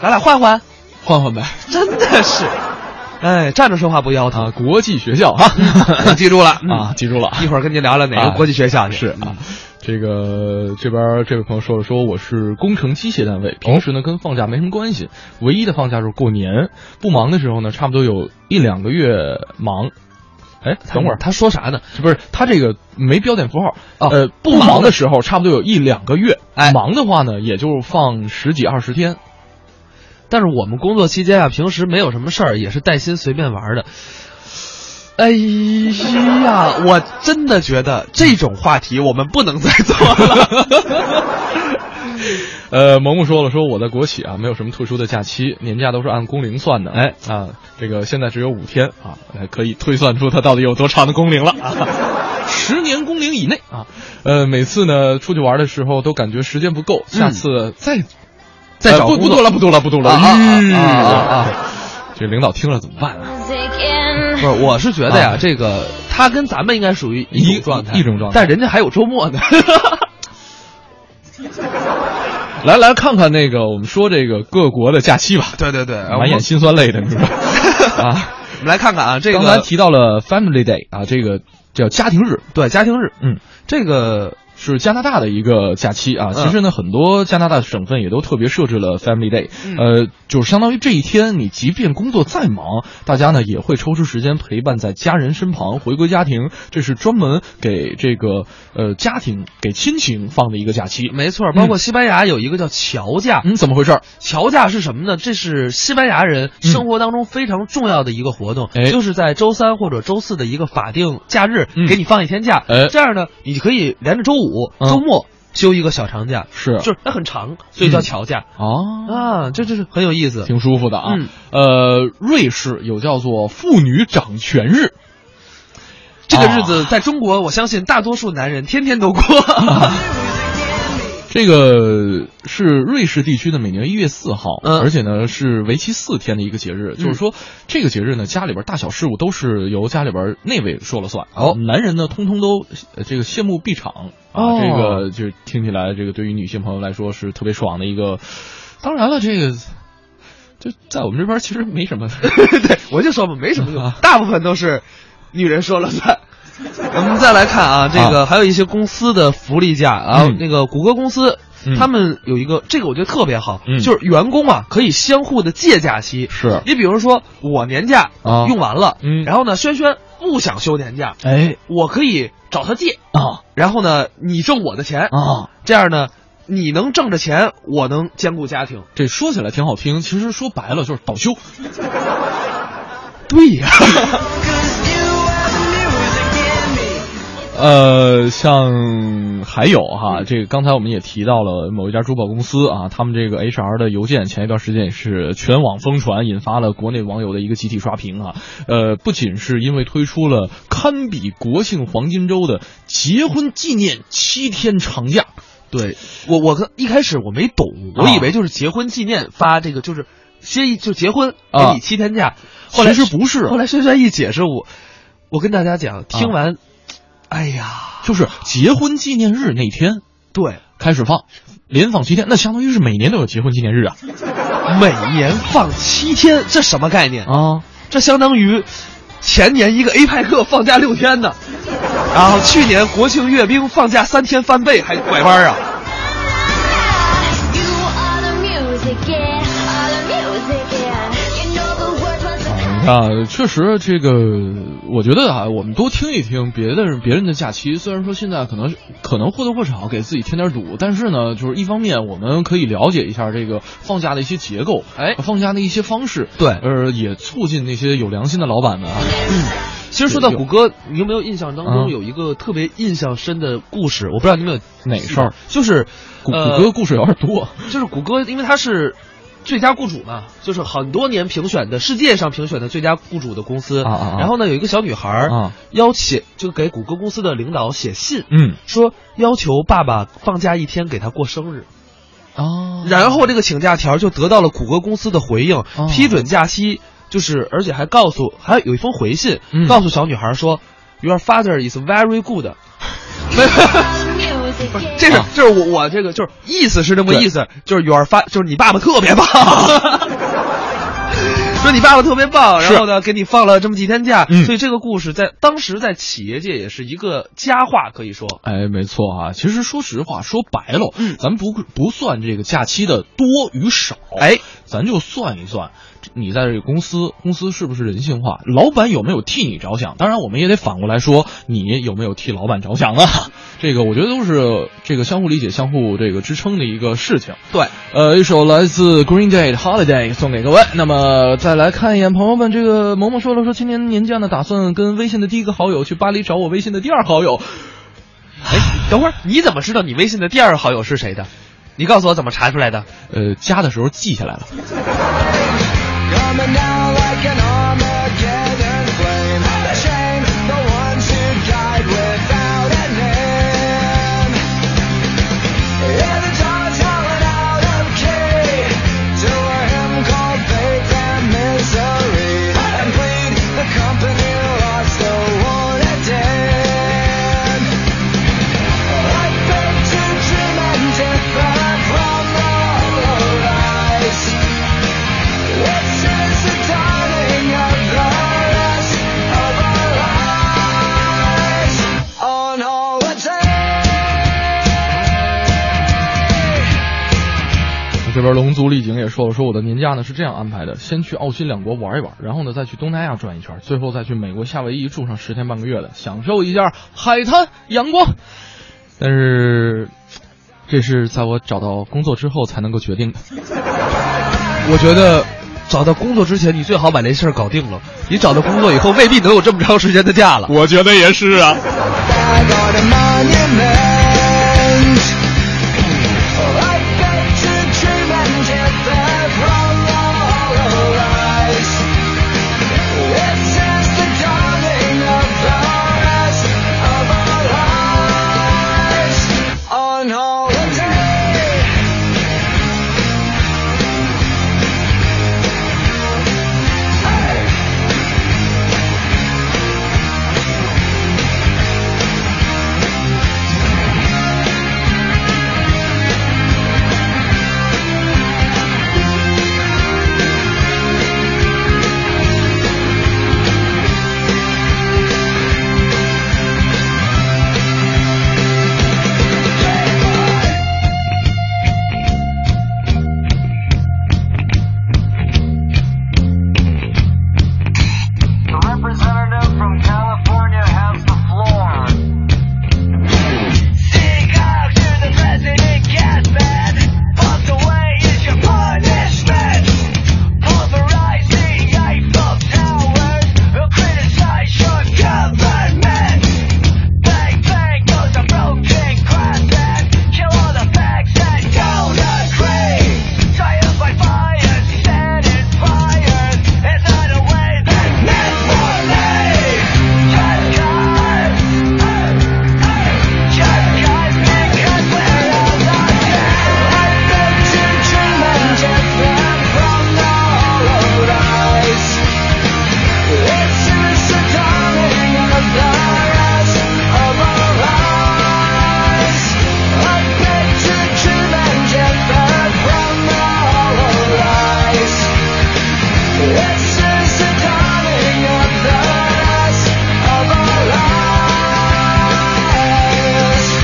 [SPEAKER 2] 咱俩换换，
[SPEAKER 1] 换换呗
[SPEAKER 2] 真的是，哎，站着说话不腰疼。，
[SPEAKER 1] 啊，国际学校啊
[SPEAKER 2] 记住了
[SPEAKER 1] 啊，记住了。
[SPEAKER 2] 一会儿跟您聊聊哪
[SPEAKER 1] 啊
[SPEAKER 2] 个国际学校去嗯
[SPEAKER 1] 是啊，这个这边这位朋友说了，说我是工程机械单位，平时呢跟放假没什么关系，唯一的放假就是过年，不忙的时候呢，差不多有一两个月忙，哎，
[SPEAKER 2] 他
[SPEAKER 1] 等会儿
[SPEAKER 2] 他说啥呢？
[SPEAKER 1] 不是他这个没标点符号
[SPEAKER 2] 哦
[SPEAKER 1] 呃，
[SPEAKER 2] 不
[SPEAKER 1] 不
[SPEAKER 2] 忙
[SPEAKER 1] 忙
[SPEAKER 2] 的
[SPEAKER 1] 的时候差不多有一两个月，
[SPEAKER 2] 哎
[SPEAKER 1] 忙的话呢也就放十几二十天。
[SPEAKER 2] 但是我们工作期间啊，平时没有什么事儿，也是带薪随便玩的。哎呀，我真的觉得这种话题我们不能再做了。
[SPEAKER 1] 呃，萌萌说了，说我在国企啊，没有什么特殊的假期，年假都是按工龄算的。哎啊，这个现在只有五天啊，哎可以推算 出他到底有多长的工龄了 啊，十年工龄以内啊。呃，每次呢出去玩的时候都感觉时间不够，下次再、
[SPEAKER 2] 再
[SPEAKER 1] 嗯呃
[SPEAKER 2] 找
[SPEAKER 1] 不
[SPEAKER 2] 工
[SPEAKER 1] 不
[SPEAKER 2] 作
[SPEAKER 1] 多了，不多了，不多了
[SPEAKER 2] 啊啊啊
[SPEAKER 1] 嗯
[SPEAKER 2] 啊啊啊
[SPEAKER 1] 对这领导听了怎么办啊？
[SPEAKER 2] 不
[SPEAKER 6] Music
[SPEAKER 2] 是，我是觉得呀，
[SPEAKER 1] 啊
[SPEAKER 2] 这个他跟咱们应该属于
[SPEAKER 1] 一
[SPEAKER 2] 种状态，
[SPEAKER 1] 一种状态
[SPEAKER 2] 但人家还有周末呢。
[SPEAKER 1] 来来看看那个，我们说这个各国的假期吧，
[SPEAKER 2] 对对对，哎我
[SPEAKER 1] 满
[SPEAKER 2] 们
[SPEAKER 1] 眼心酸泪的，你 说啊？
[SPEAKER 2] 我们来看看啊，这个
[SPEAKER 1] 刚才提到了 Family Day 啊，这个叫家庭日，
[SPEAKER 2] 对家庭日，
[SPEAKER 1] 嗯，
[SPEAKER 2] 这个
[SPEAKER 1] 是加拿大的一个假期啊。
[SPEAKER 2] 嗯
[SPEAKER 1] 其实呢，很多加拿大省份也都特别设置了 Family Day，、呃，
[SPEAKER 2] 嗯
[SPEAKER 1] 就是相当于这一天，你即便工作再忙，大家呢也会抽出时间陪伴在家人身旁，回归家庭。这是专门给这个呃家庭给亲情放的一个假期。
[SPEAKER 2] 没错，包括西班牙有一个叫乔假，
[SPEAKER 1] 嗯，怎么回事？
[SPEAKER 2] 乔假是什么呢？这是西班牙人生活当中非常重要的一个活动，
[SPEAKER 1] 哎
[SPEAKER 2] 就是在周三或者周四的一个法定假日、
[SPEAKER 1] 嗯
[SPEAKER 2] 给你放一天假，
[SPEAKER 1] 哎
[SPEAKER 2] 这样呢，你可以连着周五、
[SPEAKER 1] 嗯
[SPEAKER 2] 周末休一个小长假，
[SPEAKER 1] 是啊
[SPEAKER 2] 就是它很长，所以叫乔假、
[SPEAKER 1] 哦
[SPEAKER 2] 啊，这就是很有意思。
[SPEAKER 1] 挺舒服的啊。
[SPEAKER 2] 嗯
[SPEAKER 1] 呃，瑞士有叫做妇女掌权日，
[SPEAKER 2] 这个日
[SPEAKER 1] 哦
[SPEAKER 2] 子在中国，我相信大多数男人天天都过。
[SPEAKER 1] 啊这个是瑞士地区的每年一月四号，
[SPEAKER 2] 嗯
[SPEAKER 1] 而且呢是为期四天的一个节日。就是说，这个节日呢，家里边大小事务都是由家里边内委说了算。
[SPEAKER 2] 哦
[SPEAKER 1] 男人呢，通通都呃这个谢幕闭场啊，
[SPEAKER 2] 哦
[SPEAKER 1] 这个就是听起来，这个对于女性朋友来说是特别爽的一个。当然了，这个就在我们这边其实没什么。
[SPEAKER 2] 对，我就说嘛，没什么
[SPEAKER 1] 啊
[SPEAKER 2] 用，大部分都是女人说了 算。我们再来看啊，这个还有一些公司的福利假啊，
[SPEAKER 1] 嗯
[SPEAKER 2] 那个谷歌公司。
[SPEAKER 1] 嗯
[SPEAKER 2] 他们有一个，这个我觉得特别好，
[SPEAKER 1] 嗯
[SPEAKER 2] 就是员工啊可以相互的借假期。
[SPEAKER 1] 是
[SPEAKER 2] 你比如说我年假
[SPEAKER 1] 啊
[SPEAKER 2] 用完了，
[SPEAKER 1] 嗯
[SPEAKER 2] 然后呢，轩轩不想休年假，
[SPEAKER 1] 哎
[SPEAKER 2] 我可以找他借，
[SPEAKER 1] 啊
[SPEAKER 2] 然后呢，你挣我的钱，
[SPEAKER 1] 啊！
[SPEAKER 2] 这样呢，你能挣着钱，我能兼顾家庭。
[SPEAKER 1] 这说起来挺好听，其实说白了就是倒休。
[SPEAKER 2] 对呀、
[SPEAKER 1] 呃，像还有哈，这个刚才我们也提到了某一家珠宝公司啊，他们这个 HR 的邮件前一段时间也是全网疯传，引发了国内网友的一个集体刷屏啊。呃，不仅是因为推出了堪比国庆黄金周的结婚纪念七天长假，
[SPEAKER 2] 对我，我跟一开始我没懂，我
[SPEAKER 1] 啊
[SPEAKER 2] 以为就是结婚纪念发这个，就是歇一就结婚给
[SPEAKER 1] 啊
[SPEAKER 2] 你七天假，后来
[SPEAKER 1] 其实不是，啊
[SPEAKER 2] 后来轩轩一解释我，我跟大家讲，听完，哎呀，
[SPEAKER 1] 就是结婚纪念日那天
[SPEAKER 2] 对，
[SPEAKER 1] 开始放，连放七天，那相当于是每年都有结婚纪念日啊
[SPEAKER 2] 每年放七天，这什么概念？
[SPEAKER 1] 啊。
[SPEAKER 2] 这相当于前年一个 A 派克放假六天
[SPEAKER 1] 啊
[SPEAKER 2] 呢，然后去年国庆阅兵放假三天翻倍，还拐弯啊！
[SPEAKER 6] You are the music, yeah, are the music, yeah. You know the words once upon
[SPEAKER 1] 啊，确实，这个我觉得啊，我们多听一听别的人别人的假期。虽然说现在可能可能或多或少给自己添点堵，但是呢，就是一方面我们可以了解一下这个放假的一些结构，
[SPEAKER 2] 哎
[SPEAKER 1] 放假的一些方式，
[SPEAKER 2] 对
[SPEAKER 1] 呃，也促进那些有良心的老板们啊，
[SPEAKER 2] 其实说到谷歌，你有没有印象当
[SPEAKER 1] 嗯
[SPEAKER 2] 中有一个特别印象深的故事？我不知道你有没有
[SPEAKER 1] 哪事儿？
[SPEAKER 2] 就是
[SPEAKER 1] 谷
[SPEAKER 2] 呃
[SPEAKER 1] 谷歌故事有点 多，
[SPEAKER 2] 就是谷歌，因为它是最佳雇主嘛，就是很多年评选的世界上评选的最佳雇主的公司。
[SPEAKER 1] 啊啊啊
[SPEAKER 2] 然后呢，有一个小女孩儿
[SPEAKER 1] 啊
[SPEAKER 2] 要写，就给谷歌公司的领导写信，
[SPEAKER 1] 嗯
[SPEAKER 2] 说要求爸爸放假一天给她过生日。
[SPEAKER 1] 啊
[SPEAKER 2] 然后这个请假条就得到了谷歌公司的回应，批准假期，就是而且还告诉，还有一封回信、
[SPEAKER 1] 嗯
[SPEAKER 2] 告诉小女孩说，Your father is very good。没 有
[SPEAKER 6] the music,
[SPEAKER 2] 不是
[SPEAKER 6] yeah.
[SPEAKER 2] 这
[SPEAKER 1] 啊
[SPEAKER 2] 是这是我我这个就是意思是这么意思，就是 your 发就是你爸爸特别棒。 说你爸爸特别棒，
[SPEAKER 1] 是
[SPEAKER 2] 然后呢给你放了这么几天假，
[SPEAKER 1] 嗯
[SPEAKER 2] 所以这个故事在当时在企业界也是一个佳话，可以说嗯
[SPEAKER 1] 哎，没错啊。其实说实话，说白了，咱不不算这个假期的多与少，哎，咱就算一算，这你在这个公司，公司是不是人性化？老板有没有替你着想？当然，我们也得反过来说，你有没有替老板着想啊？ 这个我觉得都是这个相互理解、相互这个支撑的一个事情。
[SPEAKER 2] 对，
[SPEAKER 1] 呃，一首来自 Green Day 的 Holiday 送给各位。那么再来看一眼朋友们，这个萌萌说了说，今年年假呢，打算跟微信的第一个好友去巴黎找我微信的第二好友。
[SPEAKER 2] 哎等会儿你怎么知道你微信的第二个好友是谁的？你告诉我怎么查出来的？
[SPEAKER 1] 呃，加的时候记下来了。
[SPEAKER 7] Coming down like an Armageddon flame. The shame, the ones who died without a name. Yeah, the time's howling out of key to a hymn called faith and misery. And bleed, the company lost the war again. Life built to dream and different from the lies. This is the dawning of the rest of our lives on holiday.
[SPEAKER 1] 这边龙族丽景也说了，说我的年假呢是这样安排的：先去澳新两国玩一玩，然后呢再去东南亚转一圈，最后再去美国夏威夷住上十天半个月的，享受一下海滩阳光。但是，这是在我找到工作之后才能够决定的。
[SPEAKER 2] 我觉得找到工作之前，你最好把这事儿搞定了。你找到工作以后，未必能有这么长时间的假了。
[SPEAKER 1] 我觉得也是啊。
[SPEAKER 7] Back on a monument. Life built to dream and different from all lies. This is the dawning of the rest of our lives on holiday. representative from California has the floor. Stick up to the president, gas man. Walk away is your punishment. Pulverize the Eiffel Towers. Who'll criticize your government? Bang bang goes a broken glass and kill all the facts that don't agree. Triumph by fire, set in fire, and not a way that meant for me. Just 'cause, hey, hey, just 'cause, because we're alive. I built to dream and different from the hollow eyes. This is the dawning of the rest of our lives. A picture dream and different from the hollow lies. This is the dawning of the rest of our lives.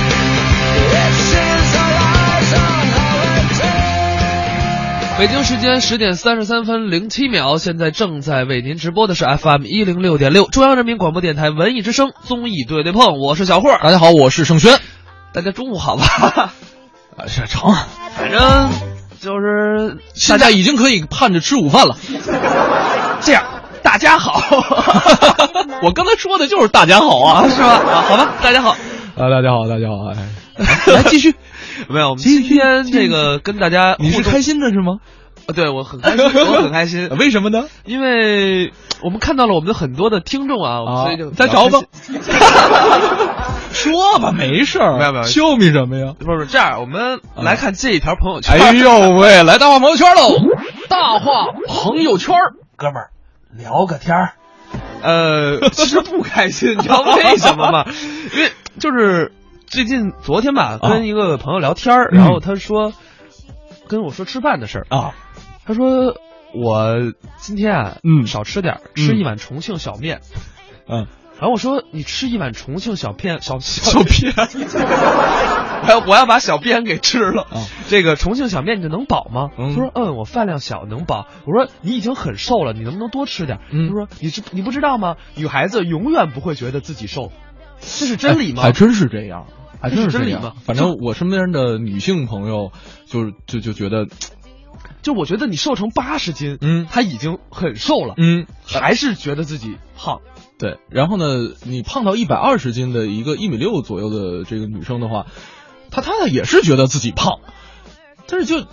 [SPEAKER 7] This is our lives on holiday.
[SPEAKER 2] 北京时间十点三十三分零七秒，现在正在为您直播的是 FM 一零六点六，中央人民广播电台文艺之声综艺对对碰，我是小霍儿，
[SPEAKER 1] 大家好，我是盛轩，
[SPEAKER 2] 大家中午 好吧？
[SPEAKER 1] 呃，是成，
[SPEAKER 2] 反正就是
[SPEAKER 1] 现在已经可以盼着吃午饭 了。
[SPEAKER 2] 这样，大家 好，
[SPEAKER 1] 我刚才说的就是大家好啊，
[SPEAKER 2] 是吧？啊，好吧，大家好。
[SPEAKER 1] 啊，大家好，大家好，哎， 来继续，
[SPEAKER 2] 没有，我们今天这个跟大家
[SPEAKER 1] 你是
[SPEAKER 2] 互动
[SPEAKER 1] 开心的是吗？
[SPEAKER 2] 啊对我很开心，我很开心，
[SPEAKER 1] 为什么呢？
[SPEAKER 2] 因为我们看到了我们的很多的听众啊，我们所以就
[SPEAKER 1] 再找吧， 说吧，没事儿，
[SPEAKER 2] 没有没有
[SPEAKER 1] 秀米什么呀？
[SPEAKER 2] 不是不是这样，我们来看这一条朋友圈。
[SPEAKER 1] 哎 呦喂，来大话朋友圈 喽！大话朋友圈，
[SPEAKER 2] 哥们儿，聊个天儿。呃，其实不开心，你知道为什么吗？因为就是最近昨天吧，
[SPEAKER 1] 啊
[SPEAKER 2] 跟一个朋友聊天儿，
[SPEAKER 1] 嗯
[SPEAKER 2] 然后他说、跟我说吃饭的事儿，
[SPEAKER 1] 啊，
[SPEAKER 2] 他说我今天啊，
[SPEAKER 1] 嗯
[SPEAKER 2] 少吃点儿，
[SPEAKER 1] 嗯
[SPEAKER 2] 吃一碗重庆小面。
[SPEAKER 1] 嗯，
[SPEAKER 2] 然后我说你吃一碗重庆小片小
[SPEAKER 1] 小便
[SPEAKER 2] 我要我要把小便给吃了。
[SPEAKER 1] 啊
[SPEAKER 2] 这个重庆小面你能饱吗？
[SPEAKER 1] 嗯
[SPEAKER 2] 他说嗯，我饭量小能饱。我说你已经很瘦了，你能不能多吃点？
[SPEAKER 1] 嗯
[SPEAKER 2] 他说你知你不知道吗？女孩子永远不会觉得自己瘦，这是真理
[SPEAKER 1] 哎
[SPEAKER 2] 吗？
[SPEAKER 1] 还真是这样，还真
[SPEAKER 2] 这
[SPEAKER 1] 这
[SPEAKER 2] 是真理
[SPEAKER 1] 样
[SPEAKER 2] 吗。
[SPEAKER 1] 反正我身边的女性朋友就，就就觉得，
[SPEAKER 2] 就我觉得你瘦成八十斤，
[SPEAKER 1] 嗯
[SPEAKER 2] 他已经很瘦了，
[SPEAKER 1] 嗯，
[SPEAKER 2] 还是觉得自己胖。
[SPEAKER 1] 对。然后呢，你胖到一百二十斤的一个一米六左右的这个女生的话，她她也是觉得自己胖，但是就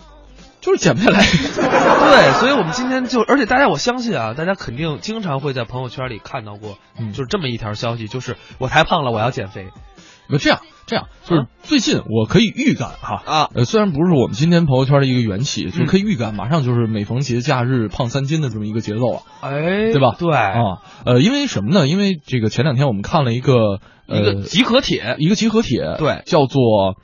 [SPEAKER 1] 就是减不下来。
[SPEAKER 2] 对，所以我们今天就，而且大家我相信啊，大家肯定经常会在朋友圈里看到过，
[SPEAKER 1] 嗯
[SPEAKER 2] 就是这么一条消息，就是我太胖了，我要减肥。
[SPEAKER 1] 那这样，这样就是
[SPEAKER 2] 啊
[SPEAKER 1] 最近我可以预感哈
[SPEAKER 2] 啊嗯
[SPEAKER 1] 呃，虽然不是我们今天朋友圈的一个缘起，就可以预感马上就是每逢节假日胖三斤的这么一个节奏了
[SPEAKER 2] 哎，
[SPEAKER 1] 对吧
[SPEAKER 2] 对，
[SPEAKER 1] 啊。呃，因为什么呢？因为这个前两天我们看了一个呃
[SPEAKER 2] 一个集合帖，
[SPEAKER 1] 一个集合帖，
[SPEAKER 2] 对
[SPEAKER 1] 叫做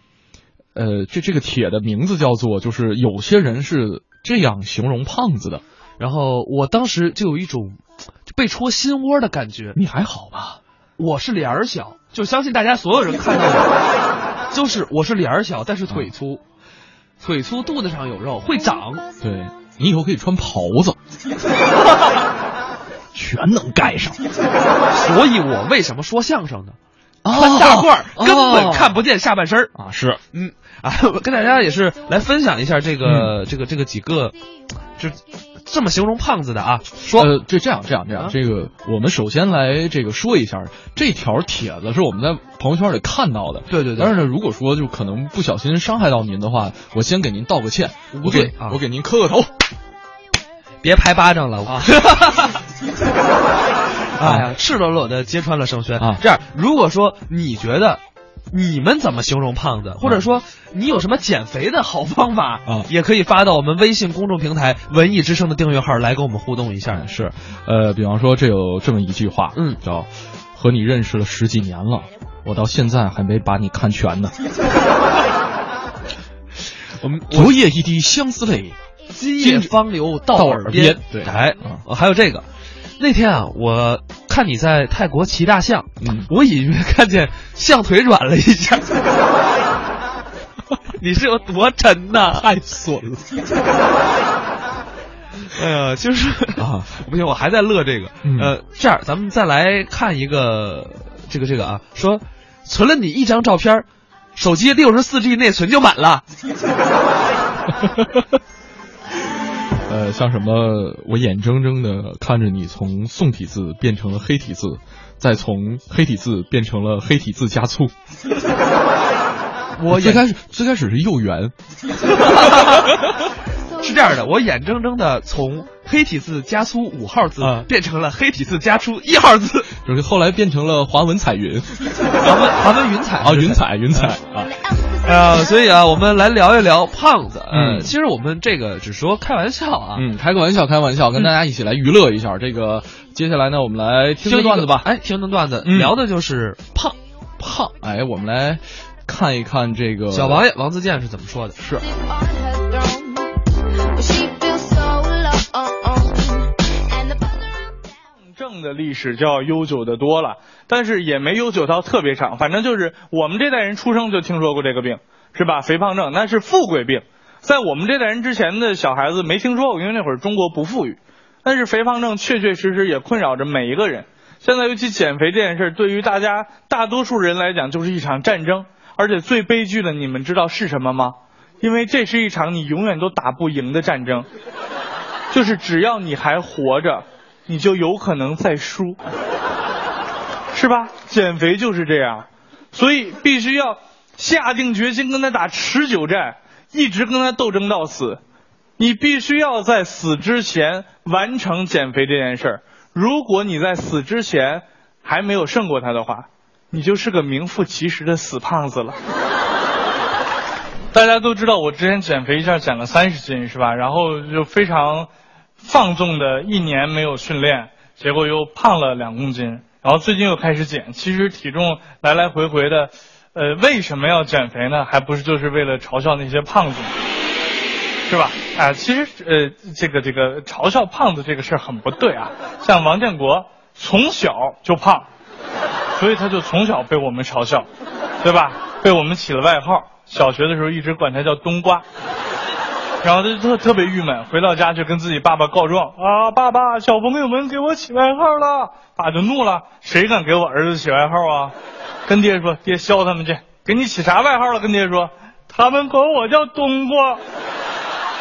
[SPEAKER 1] 呃这这个帖的名字叫做就是有些人是这样形容胖子的，
[SPEAKER 2] 然后我当时就有一种就被戳心窝的感觉。
[SPEAKER 1] 你还好吧？
[SPEAKER 2] 我是脸儿小，就相信大家所有人看到我， 就是我是脸儿小，但是腿粗，
[SPEAKER 1] 嗯
[SPEAKER 2] 腿粗肚子上有肉，会长。
[SPEAKER 1] 对你以后可以穿袍子，全能盖上。
[SPEAKER 2] 所以我为什么说相声呢？
[SPEAKER 1] 哦
[SPEAKER 2] 穿大褂儿
[SPEAKER 1] 哦
[SPEAKER 2] 根本看不见下半身儿
[SPEAKER 1] 啊，是
[SPEAKER 2] 嗯啊， 我跟大家也是来分享一下这
[SPEAKER 1] 嗯
[SPEAKER 2] 个、这个这个几个，就这么形容胖子的啊，说、
[SPEAKER 1] 呃，这这样这样这样，
[SPEAKER 2] 啊
[SPEAKER 1] 这个我们首先来这个说一下，这条帖子是我们在朋友圈里看到的。
[SPEAKER 2] 对对对
[SPEAKER 1] 但是呢，如果说就可能不小心伤害到您的话，我先给您道个歉，我
[SPEAKER 2] 罪
[SPEAKER 1] 给、
[SPEAKER 2] 啊
[SPEAKER 1] 我给您磕个头。
[SPEAKER 2] 别拍巴掌了 啊！哎
[SPEAKER 1] 啊
[SPEAKER 2] 呀，赤裸裸的揭穿了盛轩
[SPEAKER 1] 啊
[SPEAKER 2] 这样，如果说你觉得你们怎么形容胖子，或者说你有什么减肥的好方法
[SPEAKER 1] 啊
[SPEAKER 2] 也可以发到我们微信公众平台“文艺之声”的订阅号来跟我们互动一下。
[SPEAKER 1] 是，呃，比方说这有这么一句话，
[SPEAKER 2] 嗯
[SPEAKER 1] 叫“和你认识了十几年了，我到现在还没把你看全呢。
[SPEAKER 2] 我们
[SPEAKER 1] 昨夜一滴相思泪，
[SPEAKER 2] 今夜方流到耳
[SPEAKER 1] 边对
[SPEAKER 2] 边。哎
[SPEAKER 1] 啊，
[SPEAKER 2] 还有这个，那天啊，我看你在泰国骑大象，
[SPEAKER 1] 嗯
[SPEAKER 2] 我隐约看见象腿软了一下。 你是有多沉呐？太损了！哎呀，就是
[SPEAKER 1] 啊，
[SPEAKER 2] 不行，我还在乐这个。
[SPEAKER 1] 嗯
[SPEAKER 2] 呃，这样咱们再来看一个，这个这个啊，说存了你一张照片儿，手机六十四 G 内存就满了。
[SPEAKER 1] 呃，像什么，我眼睁睁的看着你从宋体字变成了黑体字，再从黑体字变成了黑体字加粗。
[SPEAKER 2] 我
[SPEAKER 1] 最
[SPEAKER 2] 也
[SPEAKER 1] 开始最开始是幼园，
[SPEAKER 2] 是这样的，我眼睁睁的从黑体字加粗五号字、
[SPEAKER 1] 啊
[SPEAKER 2] 变成了黑体字加粗一号 字，
[SPEAKER 1] 就是后来变成了华文彩 云
[SPEAKER 2] 咱们咱哦们云彩
[SPEAKER 1] 啊，云。彩云彩
[SPEAKER 2] 嗯
[SPEAKER 1] 啊，
[SPEAKER 2] 呃，所以啊，我们来聊一聊胖子。
[SPEAKER 1] 嗯
[SPEAKER 2] 嗯，其实我们这个只说开玩笑啊，
[SPEAKER 1] 嗯，开个玩笑，开个玩笑，跟大家一起来娱乐一下。这个接下来呢，我们来听
[SPEAKER 2] 一
[SPEAKER 1] 个
[SPEAKER 2] 个
[SPEAKER 1] 段子吧。
[SPEAKER 2] 哎，听听段子，
[SPEAKER 1] 嗯
[SPEAKER 2] 聊的就是胖胖。
[SPEAKER 1] 哎，我们来看一看这个
[SPEAKER 2] 小王爷王自健是怎么说的？是
[SPEAKER 6] She feels so alone, and the bother of that.
[SPEAKER 8] 正的历史就要悠久的多了，但是也没悠久到特别长。反正就是我们这代人出生就听说过这个病，是吧？肥胖症那是富贵病，在我们这代人之前的小孩子没听说过，因为那会儿中国不富裕。但是肥胖症确确实实也困扰着每一个人。现在尤其减肥这件事儿，对于大家大多数人来讲就是一场战争，而且最悲剧的，你们知道是什么吗？因为这是一场你永远都打不赢的战争。就是只要你还活着，你就有可能再输，是吧？减肥就是这样，所以必须要下定决心跟他打持久战，一直跟他斗争到死。你必须要在死之前完成减肥这件事儿。如果你在死之前还没有胜过他的话，你就是个名副其实的死胖子了。大家都知道，我之前减肥一下减了三十斤，是吧？然后就非常放纵的一年没有训练，结果又胖了两公斤，然后最近又开始减。其实体重来来回回的，呃，为什么要减肥呢？还不是就是为了嘲笑那些胖子吗？
[SPEAKER 3] 是吧？啊、其实呃，这个这个嘲笑胖子这个事儿很不对啊。像王建国从小就胖，所以他就从小被我们嘲笑，对吧？被我们起了外号，小学的时候一直管他叫冬瓜。然后他就特特别郁闷，回到家就跟自己爸爸告状啊！爸爸，小朋友们给我起外号了，爸就怒了，谁敢给我儿子起外号啊？跟爹说，爹削他们去！给你起啥外号了？跟爹说，他们管我叫冬瓜。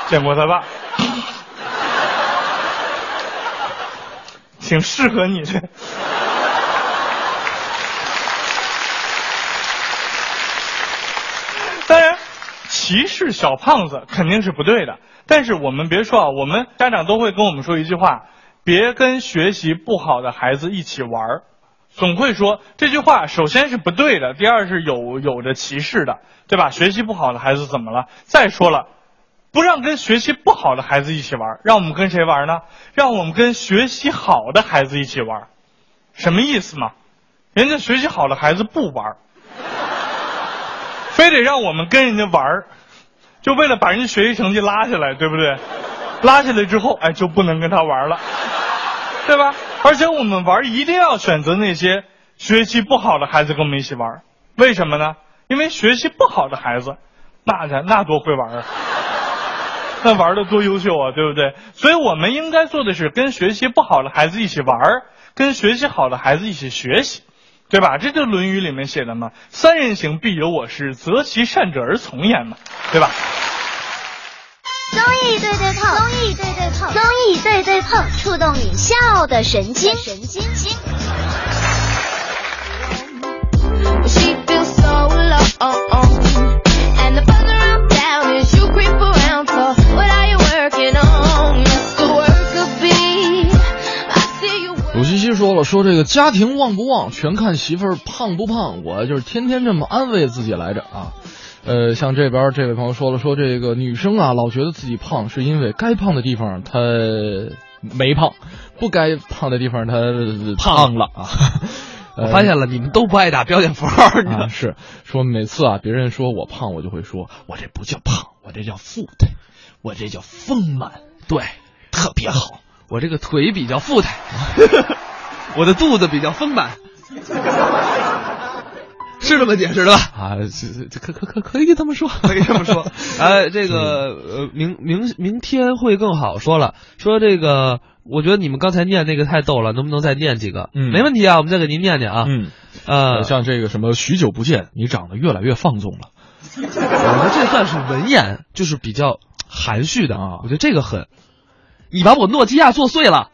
[SPEAKER 3] 见过他爸， 挺适合你的。当然，歧视小胖子肯定是不对的。但是我们别说啊，我们家长都会跟我们说一句话：别跟学习不好的孩子一起玩儿。总会说这句话，首先是不对的，第二是有有着歧视的，对吧？学习不好的孩子怎么了？再说了，不让跟学习不好的孩子一起玩儿，让我们跟谁玩儿呢？让我们跟学习好的孩子一起玩儿，什么意思嘛？人家学习好的孩子不玩儿，非得让我们跟人家玩儿，就为了把人家学习成绩拉下来，对不对？拉下来之后，哎，就不能跟他玩了，对吧？而且我们玩一定要选择那些学习不好的孩子跟我们一起玩，为什么呢？因为学习不好的孩子，那家那多会玩啊，那玩的多优秀啊，对不对？所以我们应该做的是跟学习不好的孩子一起玩，跟学习好的孩子一起学习。对吧？这就《论语》里面写的嘛，“三人行，必有我师，择其善者而从焉”嘛，对吧？
[SPEAKER 9] 综艺对对碰，综艺对对碰，综艺对对碰，触动你笑的神经，神经经。
[SPEAKER 10] She feels so alone. And the buzzer I'm down is you creep around. So what are you working on? It's the work of me. I see you.
[SPEAKER 1] 鲁西西说了，说这个家庭旺不旺，全看媳妇儿胖不胖。我就是天天这么安慰自己来着啊。呃，像这边这位朋友说了，说这个女生啊，老觉得自己胖，是因为该胖的地方她没胖，不该胖的地方她 胖了啊。
[SPEAKER 2] 我发现了，你们都不爱打标点符号，你知
[SPEAKER 1] 啊，
[SPEAKER 2] 道吗？
[SPEAKER 1] 是说每次啊，别人说我胖，我就会说，我这不叫胖，我这叫富态，我这叫丰满，
[SPEAKER 2] 对，
[SPEAKER 1] 特别好。
[SPEAKER 2] 我这个腿比较富态， 我的肚子比较丰满，是这么解释的吧？
[SPEAKER 1] 啊，这这可可可可以这么说，
[SPEAKER 2] 可以这么说。哎，这个呃，明明明天会更好。说了，说这个，我觉得你们刚才念那个太逗了，能不能再念几个？
[SPEAKER 1] 嗯
[SPEAKER 2] 没问题啊，我们再给您念念啊。
[SPEAKER 1] 嗯，
[SPEAKER 2] 呃，
[SPEAKER 1] 像这个什么许久不见，你长得越来越放纵了。
[SPEAKER 2] 我觉得这算是文言，就是比较含蓄的
[SPEAKER 1] 啊
[SPEAKER 2] 我觉得这个很，你把我诺基亚做碎了。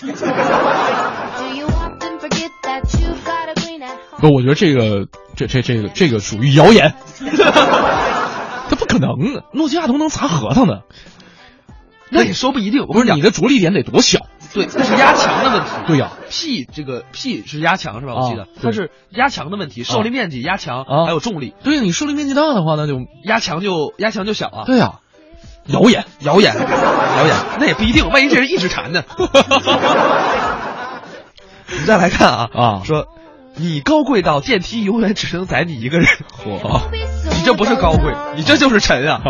[SPEAKER 10] Do you often forget that you've got a green at home?
[SPEAKER 1] 不，我觉得这个这这这个这个属于谣 言，它不可能的。诺基亚都能砸核桃呢，
[SPEAKER 2] 那也说不一定，我
[SPEAKER 1] 不
[SPEAKER 2] 跟
[SPEAKER 1] 是
[SPEAKER 2] 讲
[SPEAKER 1] 你，的着力点得多小？
[SPEAKER 2] 对，那是压强的问题。
[SPEAKER 1] 对呀
[SPEAKER 2] ，P 这个 P 是压强是吧？
[SPEAKER 1] 啊
[SPEAKER 2] 我记得它
[SPEAKER 1] 对
[SPEAKER 2] 是压强的问题，受力面积压强，
[SPEAKER 1] 啊
[SPEAKER 2] 还有重力，
[SPEAKER 1] 对，你受力面积大的话，那就
[SPEAKER 2] 压强就压强就小啊。
[SPEAKER 1] 啊对呀、谣言。
[SPEAKER 2] 谣言，谣言，那也不一定，万一这人一直馋呢？我们再来看啊
[SPEAKER 1] 啊
[SPEAKER 2] 说你高贵到电梯永远只能载你一个人，哦
[SPEAKER 1] 嚯！
[SPEAKER 2] 你这不是高贵，你这就是 沉啊！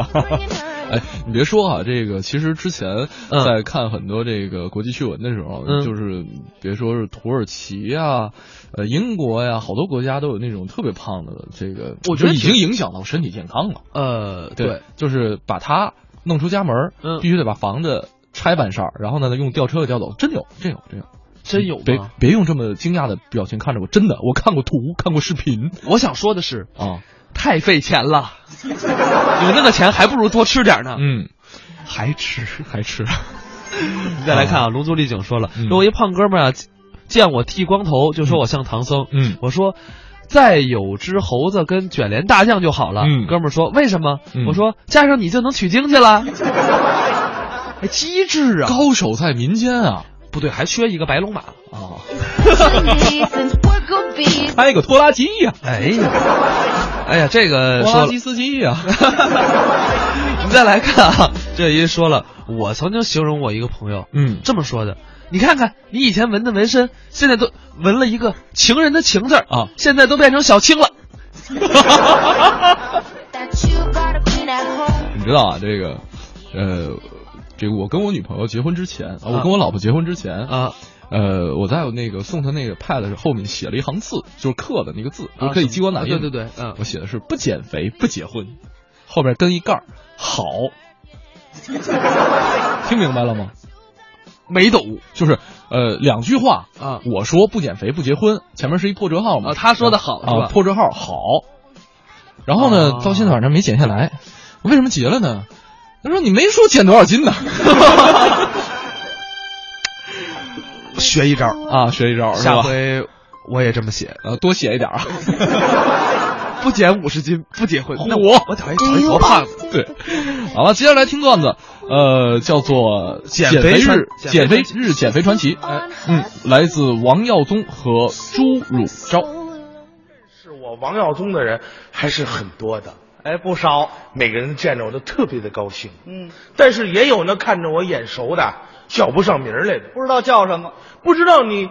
[SPEAKER 1] 哎，你别说啊，这个其实之前
[SPEAKER 2] 嗯
[SPEAKER 1] 在看很多这个国际趣闻的时候，
[SPEAKER 2] 嗯
[SPEAKER 1] 就是别说是土耳其呀、呃英国呀、好多国家都有那种特别胖的，这个
[SPEAKER 2] 我觉
[SPEAKER 1] 就
[SPEAKER 2] 得
[SPEAKER 1] 已
[SPEAKER 2] 挺
[SPEAKER 1] 经影响到身体健康了。
[SPEAKER 2] 呃，对，
[SPEAKER 1] 就是把它弄出家门儿，
[SPEAKER 2] 嗯
[SPEAKER 1] 必须得把房子拆半扇儿，然后呢用吊车给吊走，真有，真有，真有。嗯
[SPEAKER 2] 真有
[SPEAKER 1] 别
[SPEAKER 2] 吗？
[SPEAKER 1] 别用这么惊讶的表情看着我，真的，我看过图，看过视频
[SPEAKER 2] 我想说的是，
[SPEAKER 1] 啊，
[SPEAKER 2] 太费钱了，有那个钱还不如多吃点呢。
[SPEAKER 1] 嗯，
[SPEAKER 2] 还吃。
[SPEAKER 1] 还 吃，
[SPEAKER 2] 再来看啊，龙族丽景说了，
[SPEAKER 1] 嗯
[SPEAKER 2] 说我一胖哥们儿啊，见我剃光头就说我像唐僧，
[SPEAKER 1] 嗯
[SPEAKER 2] 我说。再有只猴子跟卷帘大将就好了。
[SPEAKER 1] 嗯
[SPEAKER 2] 哥们儿说为什么？
[SPEAKER 1] 嗯
[SPEAKER 2] 我说加上你就能取经 去了。哎，机智啊！
[SPEAKER 1] 高手在民间啊
[SPEAKER 2] 不对，还缺一个白龙马。
[SPEAKER 1] 啊，
[SPEAKER 10] Reasons what could be.
[SPEAKER 1] 还有个拖拉机呀、
[SPEAKER 2] 哎呀，哎呀，这个
[SPEAKER 1] 拖
[SPEAKER 2] 说
[SPEAKER 1] 拉
[SPEAKER 2] 了
[SPEAKER 1] 机司机呀、
[SPEAKER 2] 你再来看啊，这一说了，我曾经形容我一个朋友，
[SPEAKER 1] 嗯
[SPEAKER 2] 这么说的：你看看，你以前纹的纹身，现在都纹了一个情人的情字儿
[SPEAKER 1] 啊，
[SPEAKER 2] 现在都变成小青了。
[SPEAKER 10] That you got a queen at home.
[SPEAKER 1] 你知道啊，这个呃，这个我跟我女朋友结婚之前，啊、我跟我老婆结婚之前
[SPEAKER 10] 啊，
[SPEAKER 1] 呃，我在我那个送她那个 pad 后面写了一行字，就是刻的那个字，就
[SPEAKER 10] 啊
[SPEAKER 1] 是可以激光打
[SPEAKER 10] 啊
[SPEAKER 1] 印。
[SPEAKER 10] 对对对嗯
[SPEAKER 1] 我写的是不减肥不结婚，后边跟一盖儿好，听明白了 吗？没懂，就是呃两句话
[SPEAKER 10] 啊
[SPEAKER 1] 我说不减肥不结婚，前面是一破折号嘛。
[SPEAKER 10] 啊他说的好是吧
[SPEAKER 1] 啊，破折号好。然后呢
[SPEAKER 10] 啊，
[SPEAKER 1] 到现在晚上没减下来，为什么结了呢？他说你没说减多少斤 呢？
[SPEAKER 10] 学一招儿，
[SPEAKER 1] 啊，学一招是
[SPEAKER 10] 下
[SPEAKER 1] 吧？
[SPEAKER 10] 回我也这么写，
[SPEAKER 1] 呃，多写一点啊。
[SPEAKER 10] 不减五十斤不结婚。那
[SPEAKER 1] 我
[SPEAKER 10] 我讨厌讨厌多胖子，
[SPEAKER 1] 对，好了，接下来听段子，呃，叫做《
[SPEAKER 10] 减
[SPEAKER 1] 肥
[SPEAKER 10] 肥传
[SPEAKER 1] 日减
[SPEAKER 10] 减
[SPEAKER 1] 肥
[SPEAKER 10] 肥
[SPEAKER 1] 日减肥传奇》。嗯，来自王耀宗和朱汝
[SPEAKER 10] 哦
[SPEAKER 1] 昭。
[SPEAKER 2] 是我王耀宗的人还是很多的，哎，不少。每个人见着我都特别的高兴，嗯，但是也有那看着我眼熟的叫不上名儿来的，
[SPEAKER 4] 不知道叫什么
[SPEAKER 2] 不知道你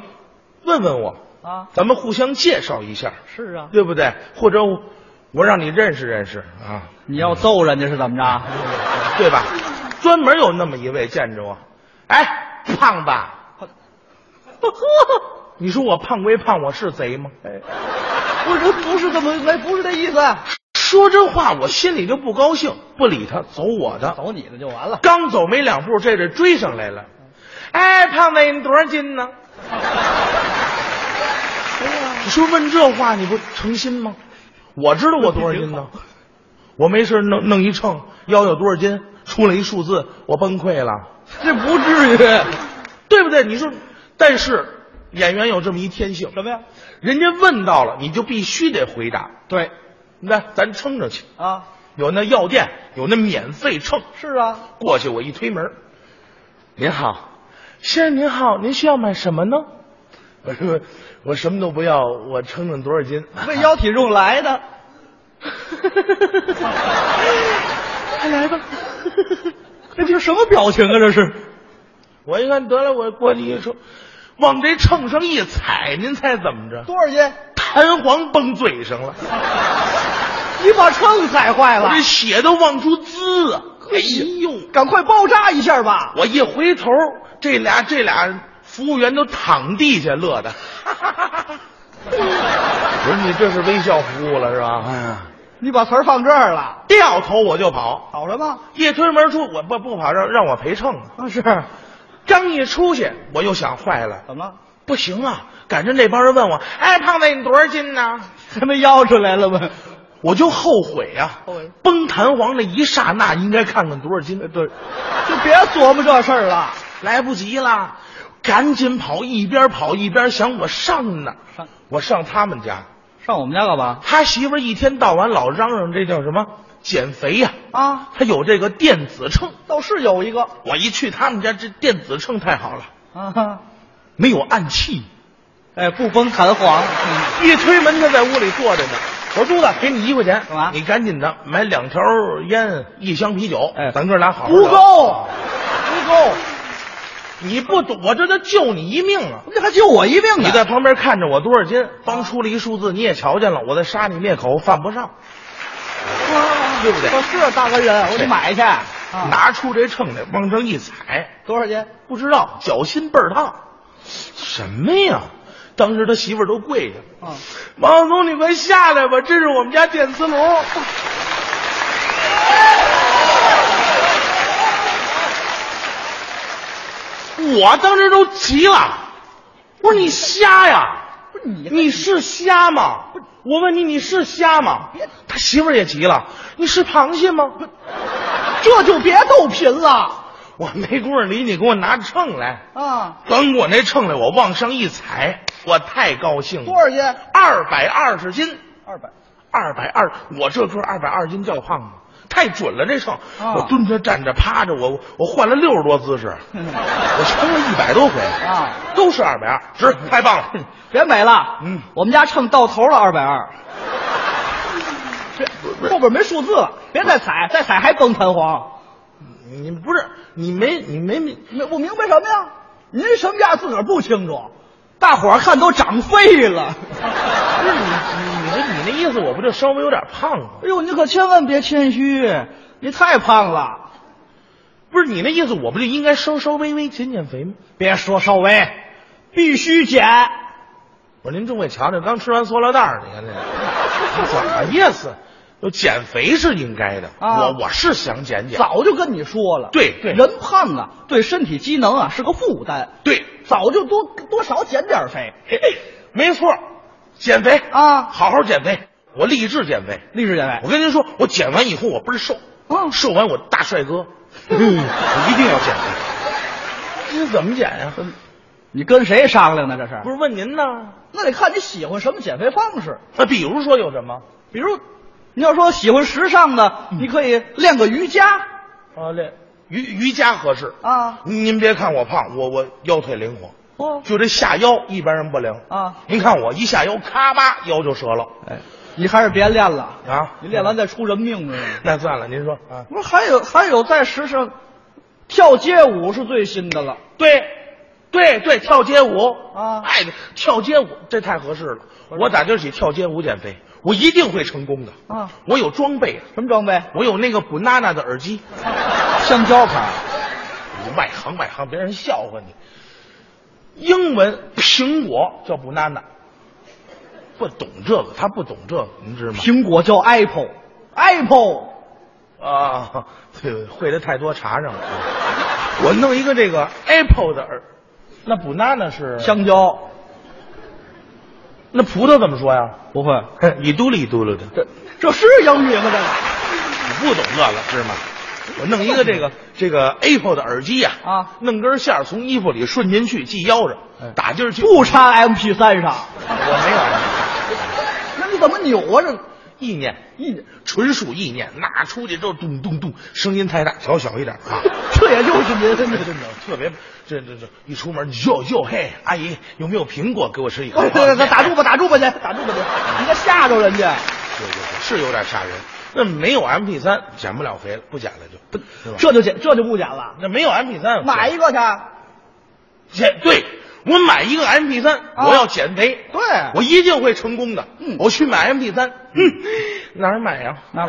[SPEAKER 2] 问问我，
[SPEAKER 4] 啊？
[SPEAKER 2] 咱们互相介绍一下，
[SPEAKER 4] 是啊，
[SPEAKER 2] 对不对？或者我我让你认识认识啊，
[SPEAKER 4] 你要揍人家是怎么着？
[SPEAKER 2] 对 吧？专门有那么一位见着我，哎，胖吧？ 你说我胖归胖，我是贼吗？哎。
[SPEAKER 4] 不是，不是这么，没不是这意思，
[SPEAKER 2] 说这话我心里就不高兴，不理他，走我的。
[SPEAKER 4] 走你的就完了。
[SPEAKER 2] 刚走没两步，这人追上来了。哎，胖子，你多少斤呢？
[SPEAKER 4] 哎
[SPEAKER 2] 你说问这话你不诚心吗？我知道我多少斤呢，我没事弄弄一秤，腰有多少斤，出来一数字，我崩溃了，这不至于，对不对？你说，但是演员有这么一天性，什么呀？人家问到了，你就必须得回答。
[SPEAKER 4] 对，
[SPEAKER 2] 那咱撑着去，
[SPEAKER 4] 啊，
[SPEAKER 2] 有那药店有那免费秤，
[SPEAKER 4] 是啊，
[SPEAKER 2] 过去我一推门，您好，先生您好，您需要买什么呢？ 我说我什么都不要，我称称多少斤？
[SPEAKER 4] 为腰体重来的。
[SPEAKER 2] 快来吧！
[SPEAKER 4] 这是什么表情啊？这是
[SPEAKER 2] 我一看得了，我过去一说，往这秤上一踩，您猜怎么着？
[SPEAKER 4] 多少斤？
[SPEAKER 2] 弹簧崩嘴上了，
[SPEAKER 4] 你把秤踩坏
[SPEAKER 2] 我
[SPEAKER 4] 了
[SPEAKER 2] 这，血都往出滋啊！哎呦，
[SPEAKER 4] 赶快爆炸一下吧！
[SPEAKER 2] 我一回头，这俩这俩服务员都躺地下乐 的。我说你这是微笑服务了是吧？哎呀，
[SPEAKER 4] 你把词儿放这儿了，
[SPEAKER 2] 掉头我就跑，
[SPEAKER 4] 搞什么？
[SPEAKER 2] 一推门出，我不不跑，让让我陪秤呢。
[SPEAKER 4] 啊，是
[SPEAKER 2] 刚一出去，我又想坏了，
[SPEAKER 4] 怎么了？
[SPEAKER 2] 不行啊！赶上那帮人问我，哎，胖子你多少斤呢？
[SPEAKER 4] 还没要出来了吗？
[SPEAKER 2] 我就后悔啊
[SPEAKER 4] 后悔！呃
[SPEAKER 2] 崩弹簧那一刹那，应该看看多少斤。对，
[SPEAKER 4] 就别琢磨这事儿了。
[SPEAKER 2] 来不及了，赶紧跑，一边跑一边想我上哪儿？
[SPEAKER 4] 上
[SPEAKER 2] 我上他们家，
[SPEAKER 4] 上我们家干嘛？
[SPEAKER 2] 他媳妇儿一天到晚老嚷嚷这叫什么减肥呀、
[SPEAKER 4] 啊，
[SPEAKER 2] 他有这个电子秤。
[SPEAKER 4] 倒是有一个
[SPEAKER 2] 我一去他们家，这电子秤太好了，
[SPEAKER 4] 啊，
[SPEAKER 2] 没有暗器。
[SPEAKER 4] 哎，不崩弹簧，
[SPEAKER 2] 一推门，他在屋里坐着呢。我说珠子，给你一块钱，
[SPEAKER 4] 干嘛
[SPEAKER 2] 你赶紧的买两条烟，一箱啤酒。
[SPEAKER 4] 哎
[SPEAKER 2] 咱哥俩好好
[SPEAKER 4] 不
[SPEAKER 2] 聊。
[SPEAKER 4] 够，不够，
[SPEAKER 2] 你不懂，我这叫救你一命啊！
[SPEAKER 4] 你还救我一命呢！
[SPEAKER 2] 你在旁边看着我多少斤，帮出了一数字，你也瞧见了，我再杀你灭口，犯不上。对不对
[SPEAKER 4] 我是大官人，我得买去。啊拿
[SPEAKER 2] 拿出这秤来，往上一踩，
[SPEAKER 4] 多少斤？
[SPEAKER 2] 不知道脚心倍儿烫，什么呀？当时他媳妇儿都跪下了。
[SPEAKER 4] 啊，
[SPEAKER 2] 王晓东，你快下来吧，这是我们家电磁炉。我当时都急了，我说你瞎呀？
[SPEAKER 4] 不是你
[SPEAKER 2] 你是瞎吗？我问你，你是瞎吗？他媳妇儿也急了，你是螃蟹吗？
[SPEAKER 4] 这就别逗贫了
[SPEAKER 2] 我没工夫理你，给我拿秤来。
[SPEAKER 4] 啊！
[SPEAKER 2] 等我那秤来，我往上一踩，我太高兴了。
[SPEAKER 4] 多少斤？
[SPEAKER 2] 二百二十斤。
[SPEAKER 4] 二百。
[SPEAKER 2] 二百二，我这个二百二斤叫胖吗？太准了，这秤，
[SPEAKER 4] 啊
[SPEAKER 2] 我蹲着、站着、趴着，我我换了六十多姿 势，我称了一百多回
[SPEAKER 4] 啊，
[SPEAKER 2] 都是二百二，值，太 棒了！
[SPEAKER 4] 别美了，
[SPEAKER 2] 嗯，
[SPEAKER 4] 我们家秤到头了，二百二。这后边没数字了，别再踩，再踩还崩弹簧。
[SPEAKER 2] 你不是你没你没你
[SPEAKER 4] 没，我明白什么呀？您什么价自个儿不清楚，大伙儿看都长肺了。
[SPEAKER 2] 不是你你你这你那意思，我不就稍微有点胖吗？
[SPEAKER 4] 哎呦，你可千万别谦虚，你太胖了。
[SPEAKER 2] 不是你那意思，我不就应该稍稍微微减减肥吗？
[SPEAKER 4] 别说稍微，必须减。
[SPEAKER 2] 我说您这位瞧瞧，刚吃完塑料袋儿，你看这 怎么意思？就减肥是应该的，
[SPEAKER 4] 啊
[SPEAKER 2] 我我是想减减，
[SPEAKER 4] 早就跟你说了，
[SPEAKER 2] 对对
[SPEAKER 4] 人胖啊，对身体机能啊是个负担。
[SPEAKER 2] 对，
[SPEAKER 4] 早就多多少减点肥。
[SPEAKER 2] 嘿嘿没错，减肥
[SPEAKER 4] 啊
[SPEAKER 2] 好好减肥，我立志减肥。
[SPEAKER 4] 励志减
[SPEAKER 2] 我跟您说，我减完以后我倍儿瘦，
[SPEAKER 4] 嗯
[SPEAKER 2] 瘦完我大帅 哥，嗯，我一定要减肥。这怎么减呀、
[SPEAKER 4] 你跟谁商量呢？这是
[SPEAKER 2] 不是问您呢？
[SPEAKER 4] 那得看你喜欢什么减肥方式。
[SPEAKER 2] 那比如说有什么？
[SPEAKER 4] 比如，你要说喜欢时尚的，你可以练个瑜伽
[SPEAKER 2] 嗯啊，练瑜瑜伽合适。
[SPEAKER 4] 啊。
[SPEAKER 2] 您别看我胖，我我腰腿灵活，
[SPEAKER 4] 哦，
[SPEAKER 2] 就这下腰一般人不灵
[SPEAKER 4] 啊。
[SPEAKER 2] 您看我一下腰，咔吧腰就折 了
[SPEAKER 4] 哎，你还是别练了，
[SPEAKER 2] 啊。
[SPEAKER 4] 你练完再出人命知道吗？
[SPEAKER 2] 那算了，您说啊？
[SPEAKER 4] 不是，还有还有在时尚，跳街舞是最新的了。
[SPEAKER 2] 对，对对，跳街舞
[SPEAKER 4] 啊
[SPEAKER 2] 哎，跳街舞这太合适了。我打今儿起跳街舞减肥，我一定会成功的
[SPEAKER 4] 啊！
[SPEAKER 2] 我有装备，
[SPEAKER 4] 什么装备？
[SPEAKER 2] 我有那个布娜娜的耳机。
[SPEAKER 4] 香蕉卡。
[SPEAKER 2] 你外行外行，别人笑话你。英文苹果叫 banana，不懂这个，他不懂这个，您知道吗？
[SPEAKER 4] 苹果叫 Apple，Apple
[SPEAKER 2] 啊，对，会的太多，查上了。我弄一个这个 apple 的耳，那 banana 是
[SPEAKER 4] 香蕉
[SPEAKER 2] 那葡萄怎么说呀？
[SPEAKER 4] 不会，
[SPEAKER 2] 一嘟噜一嘟噜的，
[SPEAKER 4] 这这是英语吗？这个
[SPEAKER 2] 你不懂这个是吗？我弄一个这 个这个 apple 的耳机呀、
[SPEAKER 4] 啊哎
[SPEAKER 2] 弄根线儿从衣服里顺进去系腰上，打劲儿去。
[SPEAKER 4] 不插 MP 三上，
[SPEAKER 2] 我
[SPEAKER 4] 那你怎么扭啊？这
[SPEAKER 2] 没 有意念，意念纯属意念，那出去之后咚咚咚，声音太大，调小一点啊。
[SPEAKER 4] 这也就是您
[SPEAKER 2] 真的真的 特别，这这这一出门哟哟嘿，阿姨有没有苹果给我吃一口？
[SPEAKER 4] 哎对对对，打住吧，打住吧，您打住吧，您，你这吓着人家。
[SPEAKER 2] 对对对，是有点吓人。那没有 MP 三减不了肥了，不减了就不，是吧
[SPEAKER 4] 这就减，这就不减了，
[SPEAKER 2] 那没有 MP 三
[SPEAKER 4] 买一个去。
[SPEAKER 2] 减对，我买一个 MP 三、
[SPEAKER 4] 啊
[SPEAKER 2] 我要减肥，
[SPEAKER 4] 对
[SPEAKER 2] 我一定会成功的。
[SPEAKER 4] 嗯
[SPEAKER 2] 我去买 MP 三，嗯，哪儿买呀、
[SPEAKER 4] 哪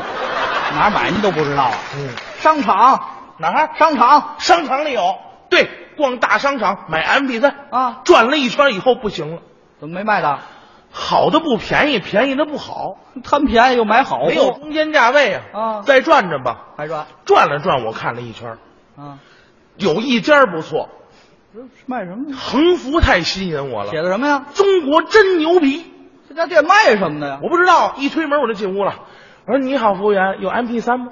[SPEAKER 4] 哪买你都不知道啊？
[SPEAKER 2] 嗯，
[SPEAKER 4] 商场
[SPEAKER 2] 哪儿？
[SPEAKER 4] 商场
[SPEAKER 2] 商场里有。对，逛大商场买 MP 三
[SPEAKER 4] 啊
[SPEAKER 2] 转了一圈以后不行了，
[SPEAKER 4] 怎么没卖的？
[SPEAKER 2] 好的不便宜，便宜的不好，
[SPEAKER 4] 贪便宜又买好货，
[SPEAKER 2] 没有中间价位啊。
[SPEAKER 4] 啊
[SPEAKER 2] 再转转吧，
[SPEAKER 4] 还说
[SPEAKER 2] 转了转，我看了一圈，
[SPEAKER 4] 啊，
[SPEAKER 2] 有一家不错，
[SPEAKER 4] 卖什么？
[SPEAKER 2] 横幅太吸引我了
[SPEAKER 4] 写，的什么呀？
[SPEAKER 2] 中国真牛逼。
[SPEAKER 4] 这家店卖什么的呀？
[SPEAKER 2] 我不知道，一推门我就进屋了。我说：“你好，服务员，有 MP 三吗？”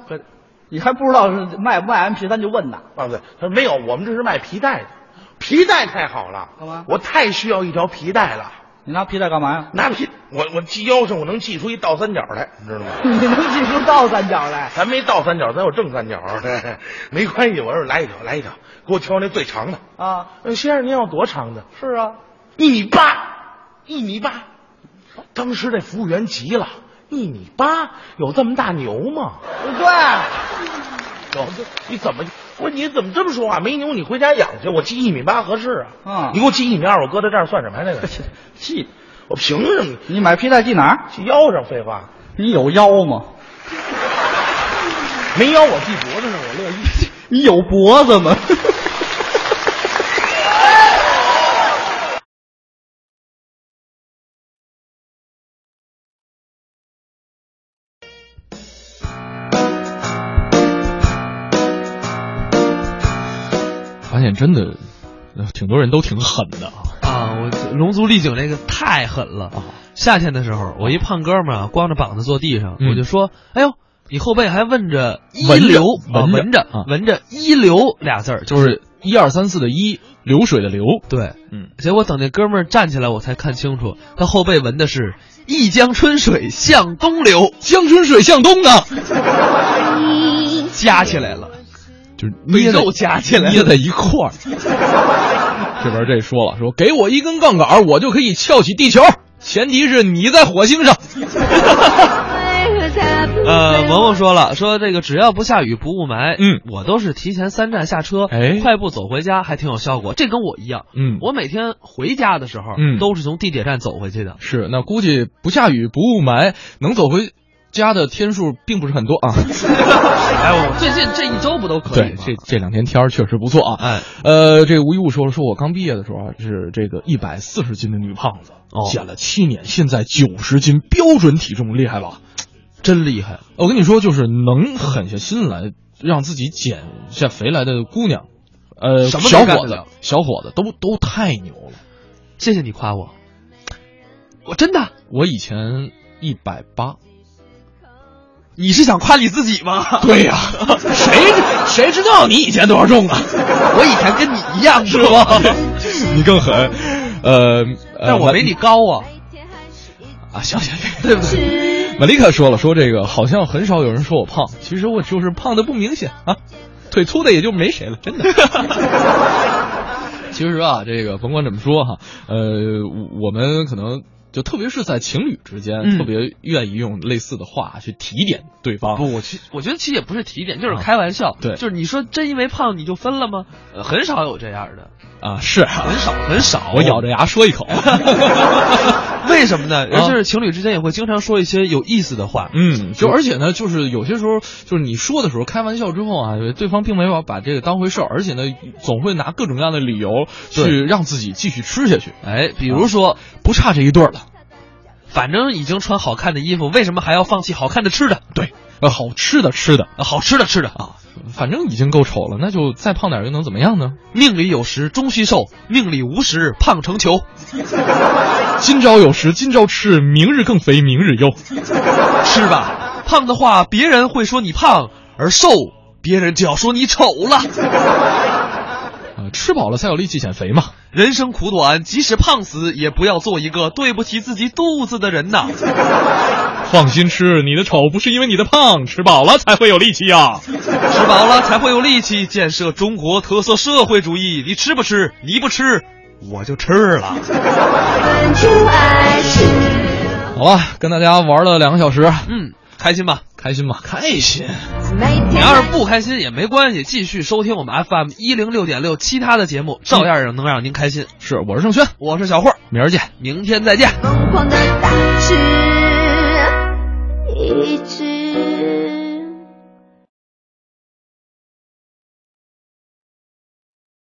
[SPEAKER 4] 你还不知道是卖不卖 MP 三就问呢？
[SPEAKER 2] 啊，不对，他说没有，我们这是卖皮带的，皮带太好了，
[SPEAKER 4] 干嘛
[SPEAKER 2] 我太需要一条皮带了，
[SPEAKER 4] 你拿皮带干嘛呀？
[SPEAKER 2] 拿皮，我我系腰上，我能系出一倒三角来，你知道吗？
[SPEAKER 4] 你能记出倒三角来？
[SPEAKER 2] 咱没倒三角，咱有正三角， 没关系。我说来一条，来一条，给我挑那最长的。
[SPEAKER 4] 啊，
[SPEAKER 2] 呃，先生您要多长的？
[SPEAKER 4] 是啊，
[SPEAKER 2] 一米八，一米八。当时这服务员急了，一米八有这么大牛吗？
[SPEAKER 4] 对，
[SPEAKER 2] 有这你怎么？我说你怎么这么说话？没牛你回家养去，我寄一米八合适啊。
[SPEAKER 4] 嗯
[SPEAKER 2] 你给我寄一米二，我搁在这儿算什么呀？那 个，
[SPEAKER 4] 系
[SPEAKER 2] 我凭什么
[SPEAKER 4] 你买皮带系哪儿？
[SPEAKER 2] 系腰上？废话，
[SPEAKER 4] 你有腰吗？
[SPEAKER 2] 没腰我系脖子上，我乐意。
[SPEAKER 4] 你有脖子吗？
[SPEAKER 1] 发现真的，呃挺多人都挺狠的啊。
[SPEAKER 10] 啊，我龙族丽景这个太狠了。
[SPEAKER 1] 哦
[SPEAKER 10] 夏天的时候，我一胖哥们儿啊，光着膀子坐地上，
[SPEAKER 1] 嗯
[SPEAKER 10] 我就说：“哎呦，你后背还问着一
[SPEAKER 1] 闻着
[SPEAKER 10] 流，啊
[SPEAKER 1] 闻
[SPEAKER 10] 闻
[SPEAKER 1] 着
[SPEAKER 10] 着
[SPEAKER 1] 啊
[SPEAKER 10] 闻着一流俩字儿，就
[SPEAKER 1] 就是是一二三四的一，流水的流。
[SPEAKER 10] 对。”
[SPEAKER 1] 嗯，
[SPEAKER 10] 结果等那哥们儿站起来，我才看清楚，他后背纹的是“一江春水向东流
[SPEAKER 1] 江春水向东 啊，”，
[SPEAKER 10] 加起来了。
[SPEAKER 1] 就是捏在
[SPEAKER 10] 被肉夹起来了
[SPEAKER 1] 捏在一块儿。这边这说了，说给我一根杠杆，我就可以翘起地球，前提是你在火星上。
[SPEAKER 10] 呃，萌萌说了，说这个只要不下雨不雾霾，
[SPEAKER 1] 嗯
[SPEAKER 10] 我都是提前三站下车，
[SPEAKER 1] 哎
[SPEAKER 10] 快步走回家，还挺有效果。这跟我一样，
[SPEAKER 1] 嗯
[SPEAKER 10] 我每天回家的时候，
[SPEAKER 1] 嗯
[SPEAKER 10] 都是从地铁站走回去的。
[SPEAKER 1] 是，那估计不下雨不雾霾，能走回家的天数并不是很多啊。
[SPEAKER 10] 哎，我
[SPEAKER 4] 最近这一周不都可以
[SPEAKER 1] 对，
[SPEAKER 4] 吗？
[SPEAKER 1] 这这两天天儿确实不错啊。
[SPEAKER 2] 哎，
[SPEAKER 1] 呃，这个吴一物说了，说我刚毕业的时候啊，是这个一百四十斤的女胖子，
[SPEAKER 2] 哦
[SPEAKER 1] 减了七年，现在九十斤，标准体重，厉害吧？
[SPEAKER 2] 真厉害，
[SPEAKER 1] 我跟你说，就是能狠下心来让自己减下肥来的姑娘，呃，
[SPEAKER 2] 什么都
[SPEAKER 1] 小
[SPEAKER 2] 干得
[SPEAKER 1] 伙子
[SPEAKER 2] 了，
[SPEAKER 1] 小伙子都都太牛了。
[SPEAKER 2] 谢谢你夸我，我真的，
[SPEAKER 1] 我以前一百八，
[SPEAKER 2] 你是想夸你自己吗？
[SPEAKER 1] 对 呀、谁谁知道你以前多少重啊？
[SPEAKER 2] 我以前跟你一样是 吗？
[SPEAKER 1] 你更狠，呃，呃
[SPEAKER 2] 但我没你高啊，
[SPEAKER 1] 啊，行行行。
[SPEAKER 2] 对不对？
[SPEAKER 1] 玛丽卡说了，说这个好像很少有人说我胖，其实我就是胖的不明显啊，腿粗的也就没谁了，真的。 其实啊，这个甭管怎么说哈，呃，我我们可能就特别是在情侣之间，
[SPEAKER 2] 嗯
[SPEAKER 1] 特别愿意用类似的话去提点对方。
[SPEAKER 2] 不，我其我觉得其实也不是提点，就是
[SPEAKER 1] 啊
[SPEAKER 2] 开玩笑。
[SPEAKER 1] 对
[SPEAKER 2] 就是你说真因为胖你就分了吗？呃很少有这样 的，
[SPEAKER 1] 啊，是啊，
[SPEAKER 2] 很少很少。
[SPEAKER 1] 我咬着牙说一口。
[SPEAKER 2] 为什么呢？
[SPEAKER 1] 啊
[SPEAKER 2] 而且是情侣之间也会经常说一些有意思的话。
[SPEAKER 1] 嗯，就而且呢，就是有些时候，就是你说的时候开玩笑之后啊，对方并没有把这个当回事儿，而且呢，总会拿各种各样的理由去
[SPEAKER 2] 对
[SPEAKER 1] 让自己继续吃下去。
[SPEAKER 2] 哎，比如说不差这一对儿了，反正已经穿好看的衣服，为什么还要放弃好看的吃的？
[SPEAKER 1] 对，呃，好吃的吃的，
[SPEAKER 2] 呃好吃的吃的啊，
[SPEAKER 1] 反正已经够丑了，那就再胖点儿又能怎么样呢？
[SPEAKER 2] 命里有时终须寿，命里无时胖成球。
[SPEAKER 1] 今朝有时今朝吃，明日更肥明日忧。
[SPEAKER 2] 是吧？胖的话，别人会说你胖；而瘦，别人就要说你丑了。
[SPEAKER 1] 呃，吃饱了才有力气减肥嘛。
[SPEAKER 2] 人生苦短，即使胖死，也不要做一个对不起自己肚子的人呐。
[SPEAKER 1] 放心吃，你的丑不是因为你的胖，吃饱了才会有力气啊呀、
[SPEAKER 2] 吃饱了才会有力气建设中国特色社会主义。你吃不吃？你不吃，我就吃了。
[SPEAKER 10] 分出爱是。
[SPEAKER 1] 好了，跟大家玩了两个小时，
[SPEAKER 2] 嗯，开心吧？
[SPEAKER 1] 开心吧？开心。嗯
[SPEAKER 2] 你要是不开心也没关系，继续收听我们 FM 一零六点六其他的节目，照样能让您开心。
[SPEAKER 1] 是，我是盛轩，
[SPEAKER 2] 我是小霍，
[SPEAKER 1] 明儿见。
[SPEAKER 2] 明天再见。
[SPEAKER 10] 疯狂的